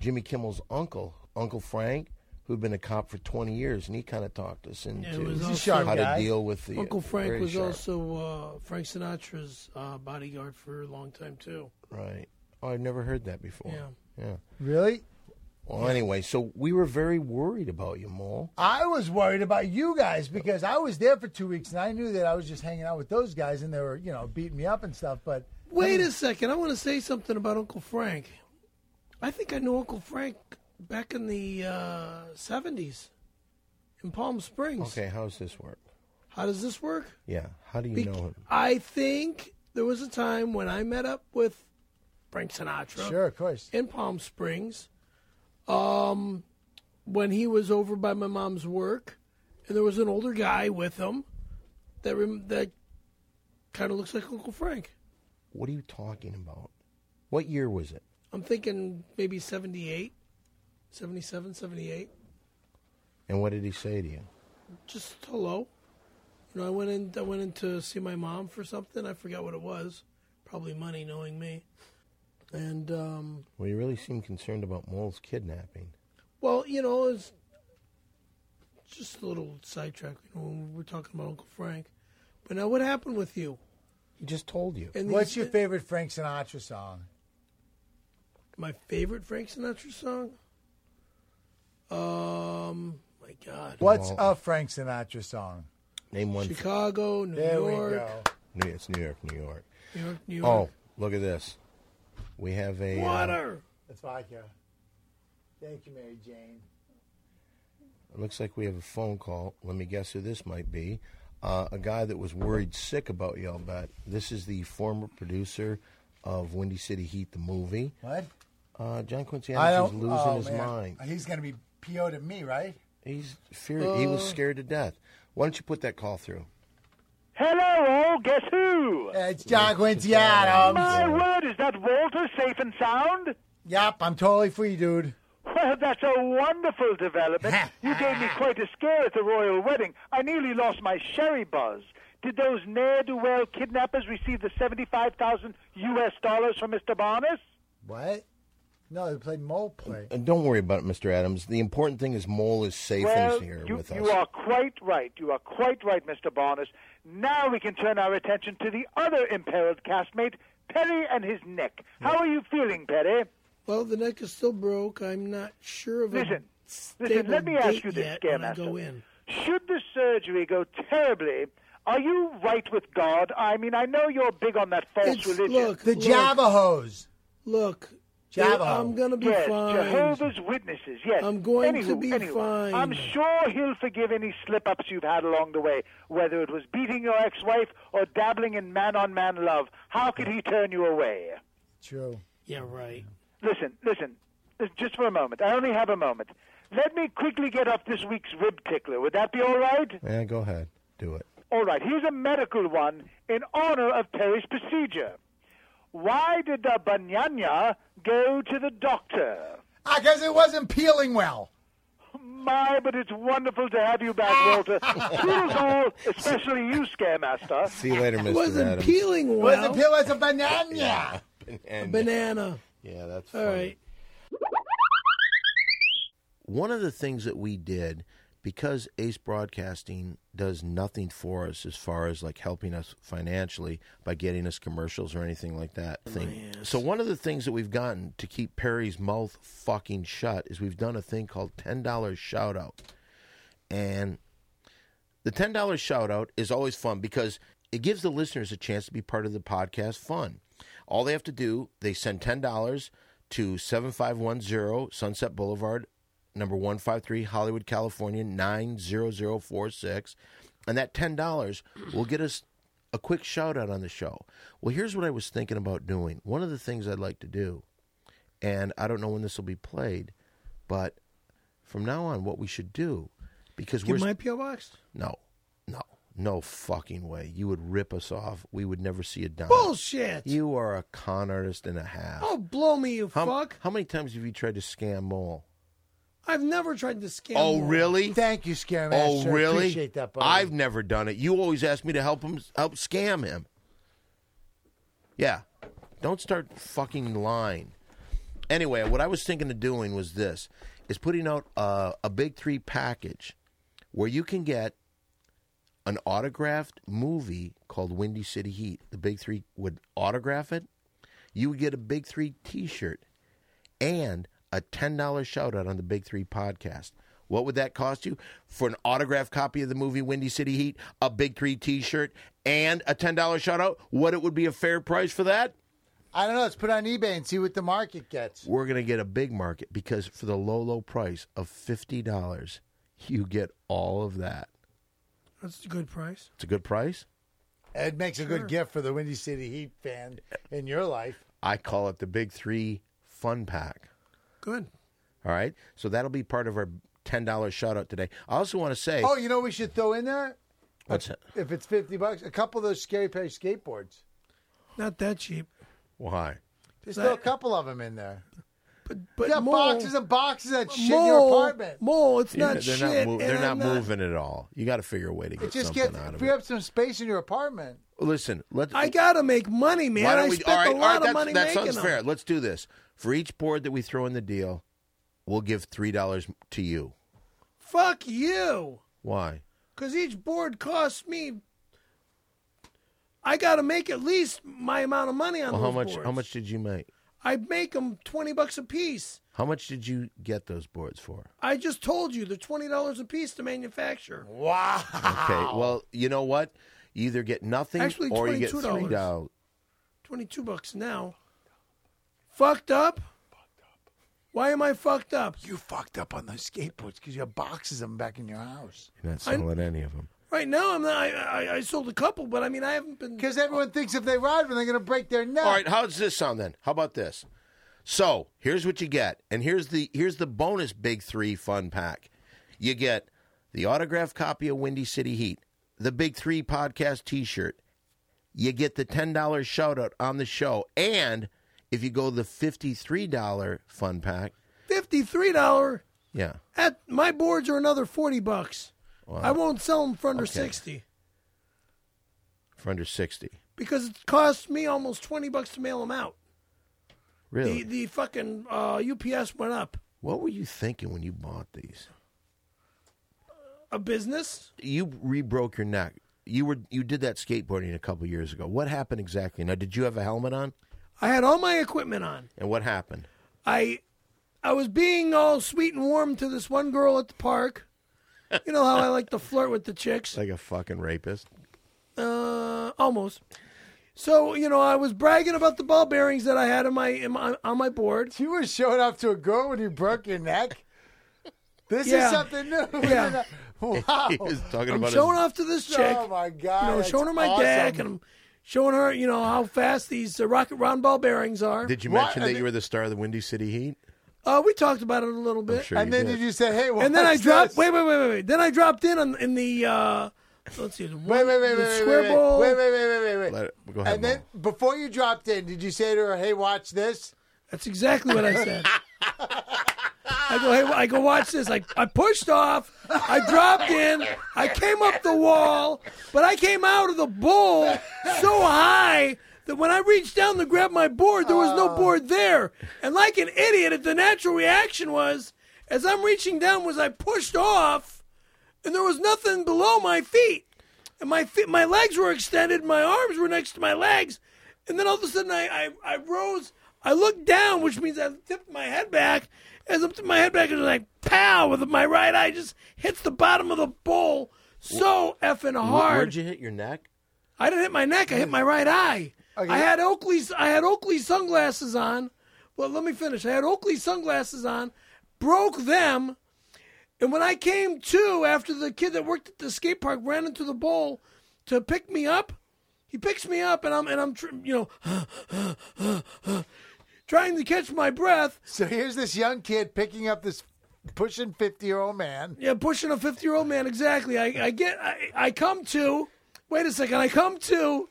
A: Jimmy Kimmel's uncle, Uncle Frank, who'd been a cop for 20 years, and he kind of talked us into
C: it was
A: how
C: also-
A: to deal with the
C: Uncle Frank
A: very
C: was
A: sharp.
C: also uh, Frank Sinatra's uh, bodyguard for a long time too.
A: right. Oh, I've never heard that before.
C: Yeah.
A: Yeah.
B: Really?
A: Well, anyway, so we were very worried about you, Mole.
B: I was worried about you guys because I was there for two weeks and I knew that I was just hanging out with those guys and they were, you know, beating me up and stuff. But
C: Wait a second, I want to say something about Uncle Frank. I think I knew Uncle Frank back in the uh, seventies in Palm Springs.
A: Okay, how does this work?
C: How does this work?
A: Yeah, how do you
C: Bec-
A: know him?
C: I think there was a time when I met up with Frank Sinatra.
B: Sure, of course.
C: In Palm Springs, um, when he was over by my mom's work, and there was an older guy with him that rem- that kind of looks like Uncle Frank.
A: What are you talking about? What year was it?
C: I'm thinking maybe 78, 77, 78.
A: And what did he say to you?
C: Just hello. You know, I went in. I went in to see my mom for something. I forgot what it was. Probably money, knowing me. And um,
A: Well, you really seem concerned about Mole's kidnapping.
C: Well, you know, it's just a little sidetrack. You know, when we're talking about Uncle Frank. But now, what happened with you?
A: He just told you.
C: And
B: what's
C: these-
B: your favorite Frank Sinatra song?
C: My favorite Frank Sinatra song? Um, my God.
B: What's a Frank Sinatra song?
A: Name one.
C: Chicago, New
B: There we
C: York.
B: go.
A: New- It's New York, New York.
C: New York, New
A: Oh,
C: York.
A: look at this. We have a uh,
B: That's vodka. Thank you, Mary Jane.
A: It looks like we have a phone call. Let me guess who this might be. Uh, a guy that was worried sick about Yell Bet. This is the former producer of Windy City Heat, the movie.
B: What?
A: Uh, John Quincy
B: I
A: Adams is
B: don't-
A: losing
B: oh,
A: his
B: man.
A: mind.
B: He's going to be PO'd at me, right?
A: He's Fear, he
B: Uh.
A: was scared to death. Why don't you put that call through?
J: Hello, guess who?
B: It's John Quincy Adams.
J: My word, is that Walter safe and sound?
B: Yep, I'm totally free, dude.
J: Well, that's a wonderful development. you gave me quite a scare at the royal wedding. I nearly lost my sherry buzz. Did those ne'er-do-well kidnappers receive the 75,000 U.S. dollars from Mr. Barnes?
B: What? No, they played mole play.
A: And don't worry about it, Mr. Adams. The important thing is Mole is safe
J: well,
A: and here
J: you,
A: with us.
J: you are quite right. You are quite right, Mr. Barnes. Now we can turn our attention to the other imperiled castmate, Perry and his neck. How are you feeling, Perry?
C: Well, the neck is still broke. I'm not sure of
J: Listen,
C: a stable
J: Listen, let me ask
C: date
J: you this,
C: yet when I
J: Scaremaster.
C: go in.
J: Should the surgery go terribly, are you right with God? I mean, I know you're big on that false religion.
C: Look,
B: The
C: look,
B: Javajos.
C: Look,
B: Javajo.
C: I'm gonna be
J: yes,
C: fine.
J: Jehovah's Witnesses. Yes,
C: I'm going
J: Anywho,
C: to be
J: anywho,
C: fine.
J: I'm sure he'll forgive any slip-ups you've had along the way, whether it was beating your ex-wife or dabbling in man-on-man love. How could he turn you away?
B: True.
C: Yeah, right.
J: Listen, listen, listen, just for a moment. I only have a moment. Let me quickly get off this week's rib tickler. Would that be all right?
A: Yeah, go ahead. Do it.
J: All right, here's a medical one in honor of Perry's procedure. Why did the banyana go to the doctor?
B: Ah, because it wasn't peeling well.
J: My, but it's wonderful to have you back, Walter. Toodles all, especially you, Scaremaster.
A: See you later, Mr.
C: Wasn't
A: Adams.
C: peeling
B: It
C: well.
B: wasn't peel as a banana.
A: And-
C: Banana.
A: Yeah, that's
C: All
A: funny.
C: right.
A: one of the things that we did because Ace Broadcasting does nothing for us as far as like helping us financially by getting us commercials or anything like that thing. So one of the things that we've gotten to keep Perry's mouth fucking shut is we've done a thing called $10 shout out. And the ten dollars shout out is always fun because it gives the listeners a chance to be part of the podcast fun. All they have to do, they send ten dollars to seven five one zero Sunset Boulevard, number one five three, Hollywood, California, nine zero zero four six. And that ten dollars will get us a quick shout out on the show. Well, here's what I was thinking about doing. One of the things I'd like to do, and I don't know when this will be played, but from now on, what we should do, because
C: Give
A: we're
C: my PO box.
A: no, no, no fucking way. You would rip us off. We would never see a dime.
C: Bullshit.
A: You are a con artist and a half.
C: Oh, blow me, you
A: how,
C: fuck!
A: how many times have you tried to scam Mole?
C: I've never tried to scam.
A: Oh,
C: one.
A: really?
B: Thank you, Scaremaster.
A: Oh, really?
B: Appreciate that, buddy.
A: I've never done it. You always ask me to help him, help scam him. Yeah, don't start fucking lying. Anyway, what I was thinking of doing was this: is putting out a, a big three package where you can get an autographed movie called Windy City Heat. The big three would autograph it. You would get a big three T-shirt and a $10 shout out on the Big Three podcast. What would that cost you? For an autographed copy of the movie Windy City Heat, a Big Three t shirt, and a $10 shout out, what it would be a fair price for that?
B: I don't know. Let's put it on eBay and see what the market gets.
A: We're going to get a big market because for the low, low price of $50, you get all of that.
C: That's a good price.
A: It's a good price.
B: It makes a
C: Sure.
B: good gift for the Windy City Heat fan in your life.
A: I call it the Big Three Fun Pack.
C: Good.
A: All right. So that'll be part of our $10 shout out today. I also want to say,
B: Oh, you know what we should throw in there
A: what's it?
B: if it's fifty bucks. A couple of those scary Perry skateboards.
C: Not that cheap.
A: Why?
B: Just
C: That-
B: throw a couple of them in there.
C: But but
B: You got
C: Mole-
B: boxes and boxes of that shit in your
C: Mole-
B: apartment.
C: Mole, it's
A: Yeah,
C: not
A: they're
C: shit.
A: not, mov-
C: and
A: they're not,
C: I'm
A: moving at all. You got to figure a way to get
B: It just
A: something
B: gets
A: out of
B: free
A: it.
B: up some space in your apartment.
A: Listen, let
C: I gotta make money, man.
A: why don't
C: I
A: we?
C: spent
A: all right,
C: a
A: all
C: lot
A: right,
C: of
A: that's,
C: money
A: that
C: making
A: sounds
C: them.
A: fair. Let's do this. For each board that we throw in the deal, we'll give three dollars to you.
C: Fuck you.
A: Why?
C: Because each board costs me. I got to make at least my amount of money on
A: Well, how
C: those
A: much?
C: boards.
A: How much did you make?
C: I make them twenty bucks a piece.
A: How much did you get those boards for?
C: I just told you they're twenty dollars a piece to manufacture.
A: Okay. Well, you know what? You either get nothing
C: Actually,
A: or you get
C: $22.
A: three dollars.
C: Twenty-two bucks now. Fucked up. Fucked up. Why am I fucked up?
B: You fucked up on those skateboards because you have boxes of them back in your house.
A: You're not selling any of them.
C: Right now, I'm not, I, I I sold a couple, but I mean, I haven't been
B: because everyone thinks if they ride them, they're going to break their neck.
A: All right, how does this sound then? How about this? So here's what you get, and here's the here's the bonus big three fun pack. You get the autographed copy of Windy City Heat, the Big Three podcast T-shirt. You get the ten dollars shout out on the show, and if you go the fifty three dollar fun pack,
C: fifty three dollar
A: yeah,
C: at my boards are another forty bucks. I won't sell them for under
A: okay.
C: sixty
A: for under sixty,
C: because it costs me almost twenty bucks to mail them out.
A: really.
C: The the fucking uh, UPS went up.
A: what were you thinking when you bought these?
C: A business.
A: you re-broke your neck. You were you did that skateboarding a couple years ago. What happened exactly? Now, did you have a helmet on?
C: I had all my equipment on.
A: And what happened?
C: I I was being all sweet and warm to this one girl at the park. You know how I like to flirt with the chicks.
A: Like a fucking rapist.
C: Uh, almost. So you know, I was bragging about the ball bearings that I had in my, in my on my board.
B: You were showing off to a girl when you broke your neck. This
C: Yeah.
B: is something new.
C: Yeah.
B: wow.
A: He was talking
C: Oh, I'm
A: about
C: showing
A: his-
C: off to this chick.
B: Oh my god!
C: you know,
B: that's
C: showing her my
B: awesome.
C: deck, and I'm showing her, you know, how fast these uh, rocket round ball bearings are.
A: Did you
B: What?
A: mention that you were the star of the Windy City Heat?
C: Uh, we talked about it a little bit,
A: sure
B: and
A: you
B: then
A: did.
B: did you say, "Hey"?
C: and then I
B: what's
C: dropped.
B: this?
C: Wait, wait, wait, wait, wait. Then I dropped in on in the. Uh, let's see. the
B: Wait,
C: one-
B: wait, wait,
C: the
B: wait,
C: square
B: wait, wait,
C: bowl.
B: wait, wait, wait, wait, wait, wait.
A: Let it, go ahead.
B: And then before you dropped in, did you say to her, "Hey, watch this"?
C: That's exactly what I said. I go, hey, I go, watch this. I, I pushed off. I dropped in. I came up the wall, but I came out of the bowl so high that when I reached down to grab my board, there was no board there. And like an idiot, the natural reaction was, as I'm reaching down, was I pushed off, and there was nothing below my feet. And my feet, my legs were extended. My arms were next to my legs. And then all of a sudden, I, I, I rose. I looked down, which means I tipped my head back. As I'm tipping my head back, it's like pow with my right eye just hits the bottom of the bowl so effing
A: Where,
C: hard.
A: would you hit your neck?
C: I didn't hit my neck. I hit my right eye.
B: Okay.
C: I had Oakley's. I had Oakley sunglasses on. Well, let me finish. I had Oakley sunglasses on. Broke them, and when I came to after the kid that worked at the skate park ran into the bowl to pick me up, he picks me up, and I'm and I'm tr- you know trying to catch my breath.
B: So here's this young kid picking up this pushing fifty-year-old man.
C: Yeah, pushing a 50 year old man. Exactly. I, I get, I, I come to, wait a second, I come to,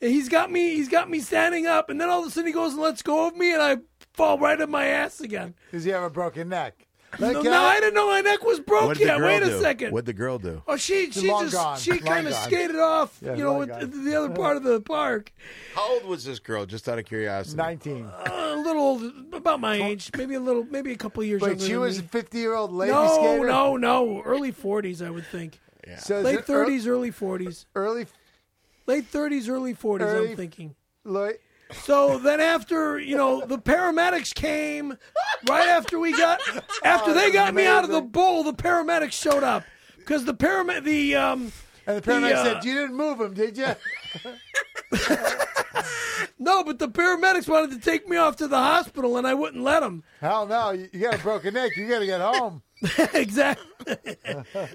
C: and he's got me, he's got me standing up, and then all of a sudden he goes and lets go of me, and I fall right in my ass again.
B: Does he have a broken neck?
C: No,
B: Like,
C: now
B: uh,
C: I didn't know my neck was
A: What'd
C: broke
A: the
C: yet.
A: girl
C: Wait a
A: do?
C: second.
A: What'd the girl do?
C: Oh, she, she
B: long
C: just,
B: gone.
C: she
B: Long
C: kind of
B: gone.
C: skated off,
B: Yeah,
C: you know,
B: long
C: with
B: gone.
C: the other part of the park.
A: How old was this girl? Just out of curiosity.
B: nineteen.
C: Uh, a little, old- about my age, maybe a little, maybe a couple years
B: Wait,
C: younger
B: she
C: than
B: was a
C: me.
B: fifty-year-old lady
C: No,
B: skater.
C: no, no. Early 40s, I would think.
B: So is
C: Late
B: it ear-
C: 30s, early 40s.
B: early,
C: Late 30s, early 40s,
B: Early-
C: I'm thinking.
B: late.
C: So then after, you know, the paramedics came right after we got after they got me out of the
B: Oh, amazing.
C: bowl, the paramedics showed up cuz the param the um
B: And the paramedic
C: uh,
B: said, "You didn't move him, did you?"
C: no, but the paramedics wanted to take me off to the hospital and I wouldn't let them.
B: Hell no! You, you got a broken neck. You got to get home.
C: exactly.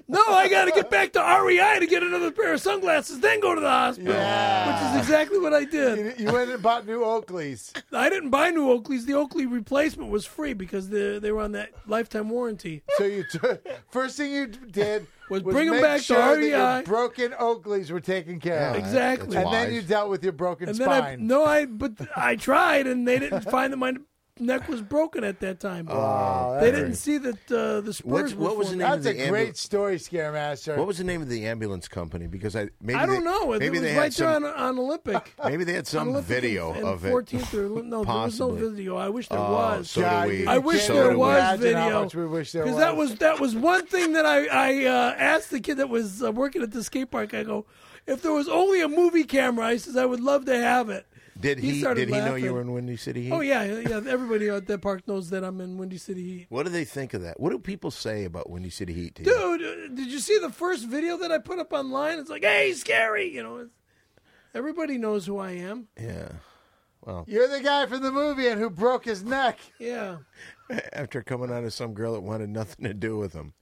C: no, I got to get back to REI to get another pair of sunglasses then go to the hospital. Which
B: Yeah.
C: is exactly what I did.
B: You, you went and bought new Oakleys.
C: I didn't buy new Oakleys. The Oakley replacement was free because the, they were on that lifetime warranty.
B: So you took first thing you did
C: Was bring 'em
B: make
C: back to
B: sure that
C: REI.
B: your broken Oakleys were taken care of,
A: Yeah,
C: Exactly.
A: that's
B: and then
A: wise.
B: you dealt with your broken
C: And then
B: spine.
C: I no, I but I tried, and they didn't find that my neck was broken at that time.
B: Wow,
C: they
B: that's
C: didn't see that uh, the Spurs.
A: What's- what
C: were
A: was the
C: forming.
A: name of
B: That's
A: the
B: a
A: ambulance?
B: great story, Scaremaster.
A: What was the name of the ambulance company? Because I maybe
C: I don't
A: they-
C: know.
A: Maybe
C: it was
A: they
C: right uh,
A: had some.
C: there on, on Olympic.
A: maybe they had some
C: Olympic
A: video
C: and, and
A: of
C: 14th or no, there was no
A: Possibly.
C: video. I wish there
A: Oh,
C: was.
A: so do
B: God,
A: we.
B: you
C: I wish
B: can't
A: so
C: there
A: do we.
C: was
B: imagine how
C: video
B: much we wish there
C: because that
B: was.
C: was that was one thing that I I uh, asked the kid that was uh, working at the skate park. I go, if there was only a movie camera, I says I would love to have it.
A: Did
C: He
A: he?
C: started
A: did he know
C: laughing.
A: you were in Windy City Heat?
C: Oh yeah, yeah. Everybody at that park knows that I'm in Windy City Heat.
A: What do they think of that? What do people say about Windy City Heat? To you?
C: dude, uh, did you see the first video that I put up online? It's like, hey, scary, you know. It's, everybody knows who I am.
A: Yeah. Well,
B: You're the guy from the movie and who broke his neck.
C: Yeah.
A: after coming out of some girl that wanted nothing to do with him.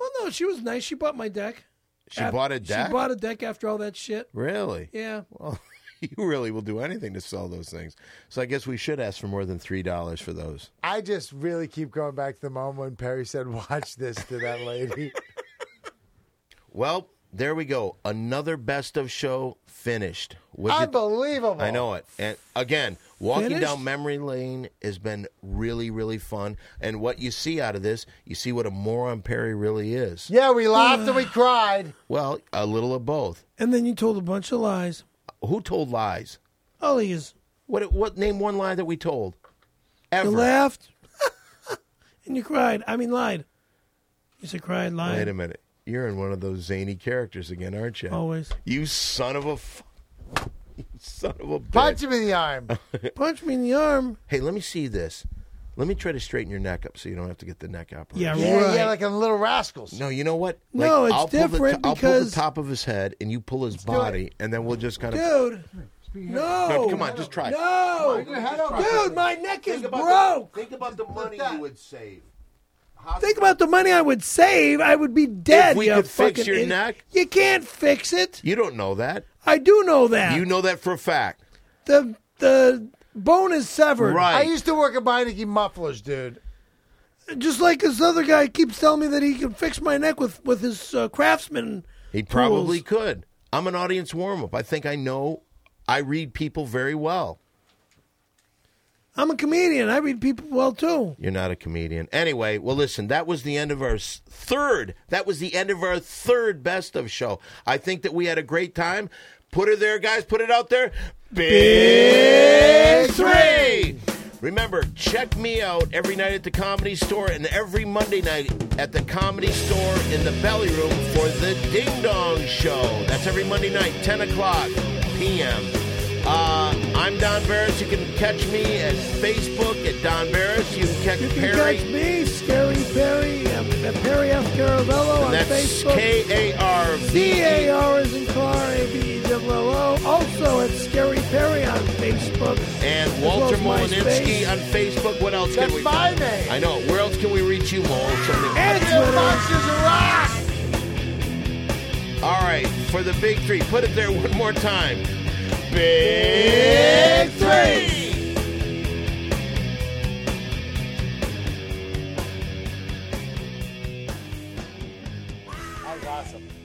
C: Well, no, she was nice. She bought my deck.
A: She bought a deck?
C: She bought a deck after all that shit.
A: Really?
C: Yeah.
A: Well, Oh, you really will do anything to sell those things. So I guess we should ask for more than three dollars for those.
B: I just really keep going back to the moment when Perry said, "Watch this" to that lady.
A: Well, there we go. Another best of show finished. Was it-
B: Unbelievable.
A: I know it. And again, walking
B: Finished?
A: down memory lane has been really, really fun. And what you see out of this, you see what a moron Perry really is.
B: Yeah, we laughed and we cried.
A: Well, a little of both.
C: And then you told a bunch of lies.
A: Who told lies?
C: Ollie's.
A: What? What? Name one lie that we told. Ever.
C: You laughed. and you cried. I mean, lied. You said cried, lied.
A: Wait a minute. You're in one of those zany characters again, aren't you?
B: Oh,
C: Always.
A: You son of a. F- you son of a. Bitch.
B: Punch him in the arm.
C: Punch me in the arm.
A: Hey, let me see this. Let me try to straighten your neck up so you don't have to get the neck operation.
C: Yeah,
B: Yeah,
C: right.
B: yeah, like in Little Rascals.
A: No, you know what?
C: No, it's
A: I'll pull the
C: different
A: to- I'll pull the
C: because-
A: top of his head and you pull his body, and then we'll just kind of.
C: Dude. No.
A: No, come on, just try.
C: No.
B: Your head up.
C: Dude, my neck is broke.
A: think about the money you would save.
C: Think about the money I would save. I would be dead.
A: If we
C: you
A: could fix
C: fucking
A: your
C: idiot.
A: neck?
C: You can't fix it.
A: You don't know that.
C: I do know that.
A: You know that for a fact.
C: the the bone is severed.
A: Right.
B: I used to work at Meineke Mufflers, dude.
C: Just like this other guy keeps telling me that he can fix my neck with with his uh, craftsman.
A: He probably
C: tools.
A: could. I'm an audience warm up. I think I know. I read people very well.
C: I'm a comedian. I read people well too.
A: You're not a comedian. Anyway, well, listen, that was the end of our s- third. That was the end of our third best of show. I think that we had a great time. Put it there, guys. Put it out there. Big three. Remember, check me out every night at the Comedy Store and every Monday night at the Comedy Store in the Belly Room for the Ding Dong Show. That's every Monday night, 10 o'clock p.m. Uh, I'm Don Barris. You can catch me at Facebook at Don Barris. You can catch
C: You can
A: Perry.
C: catch me, Scary Perry, uh, uh, Perry F. Caravello on
A: That's
C: Facebook.
A: K A R
C: D
A: V.
C: A R is in car, A B E double O. Also at Scary Perry on Facebook.
A: And Walter
C: As well as
A: Molininski
C: MySpace.
A: on Facebook. What else
B: That's
A: can we?
B: my name.
A: I know. Where else can we reach you, Mole? Something.
C: And Twitter.
B: Boxes are rock.
A: All right, for the big three, put it there one more time. Big three.
B: That was awesome.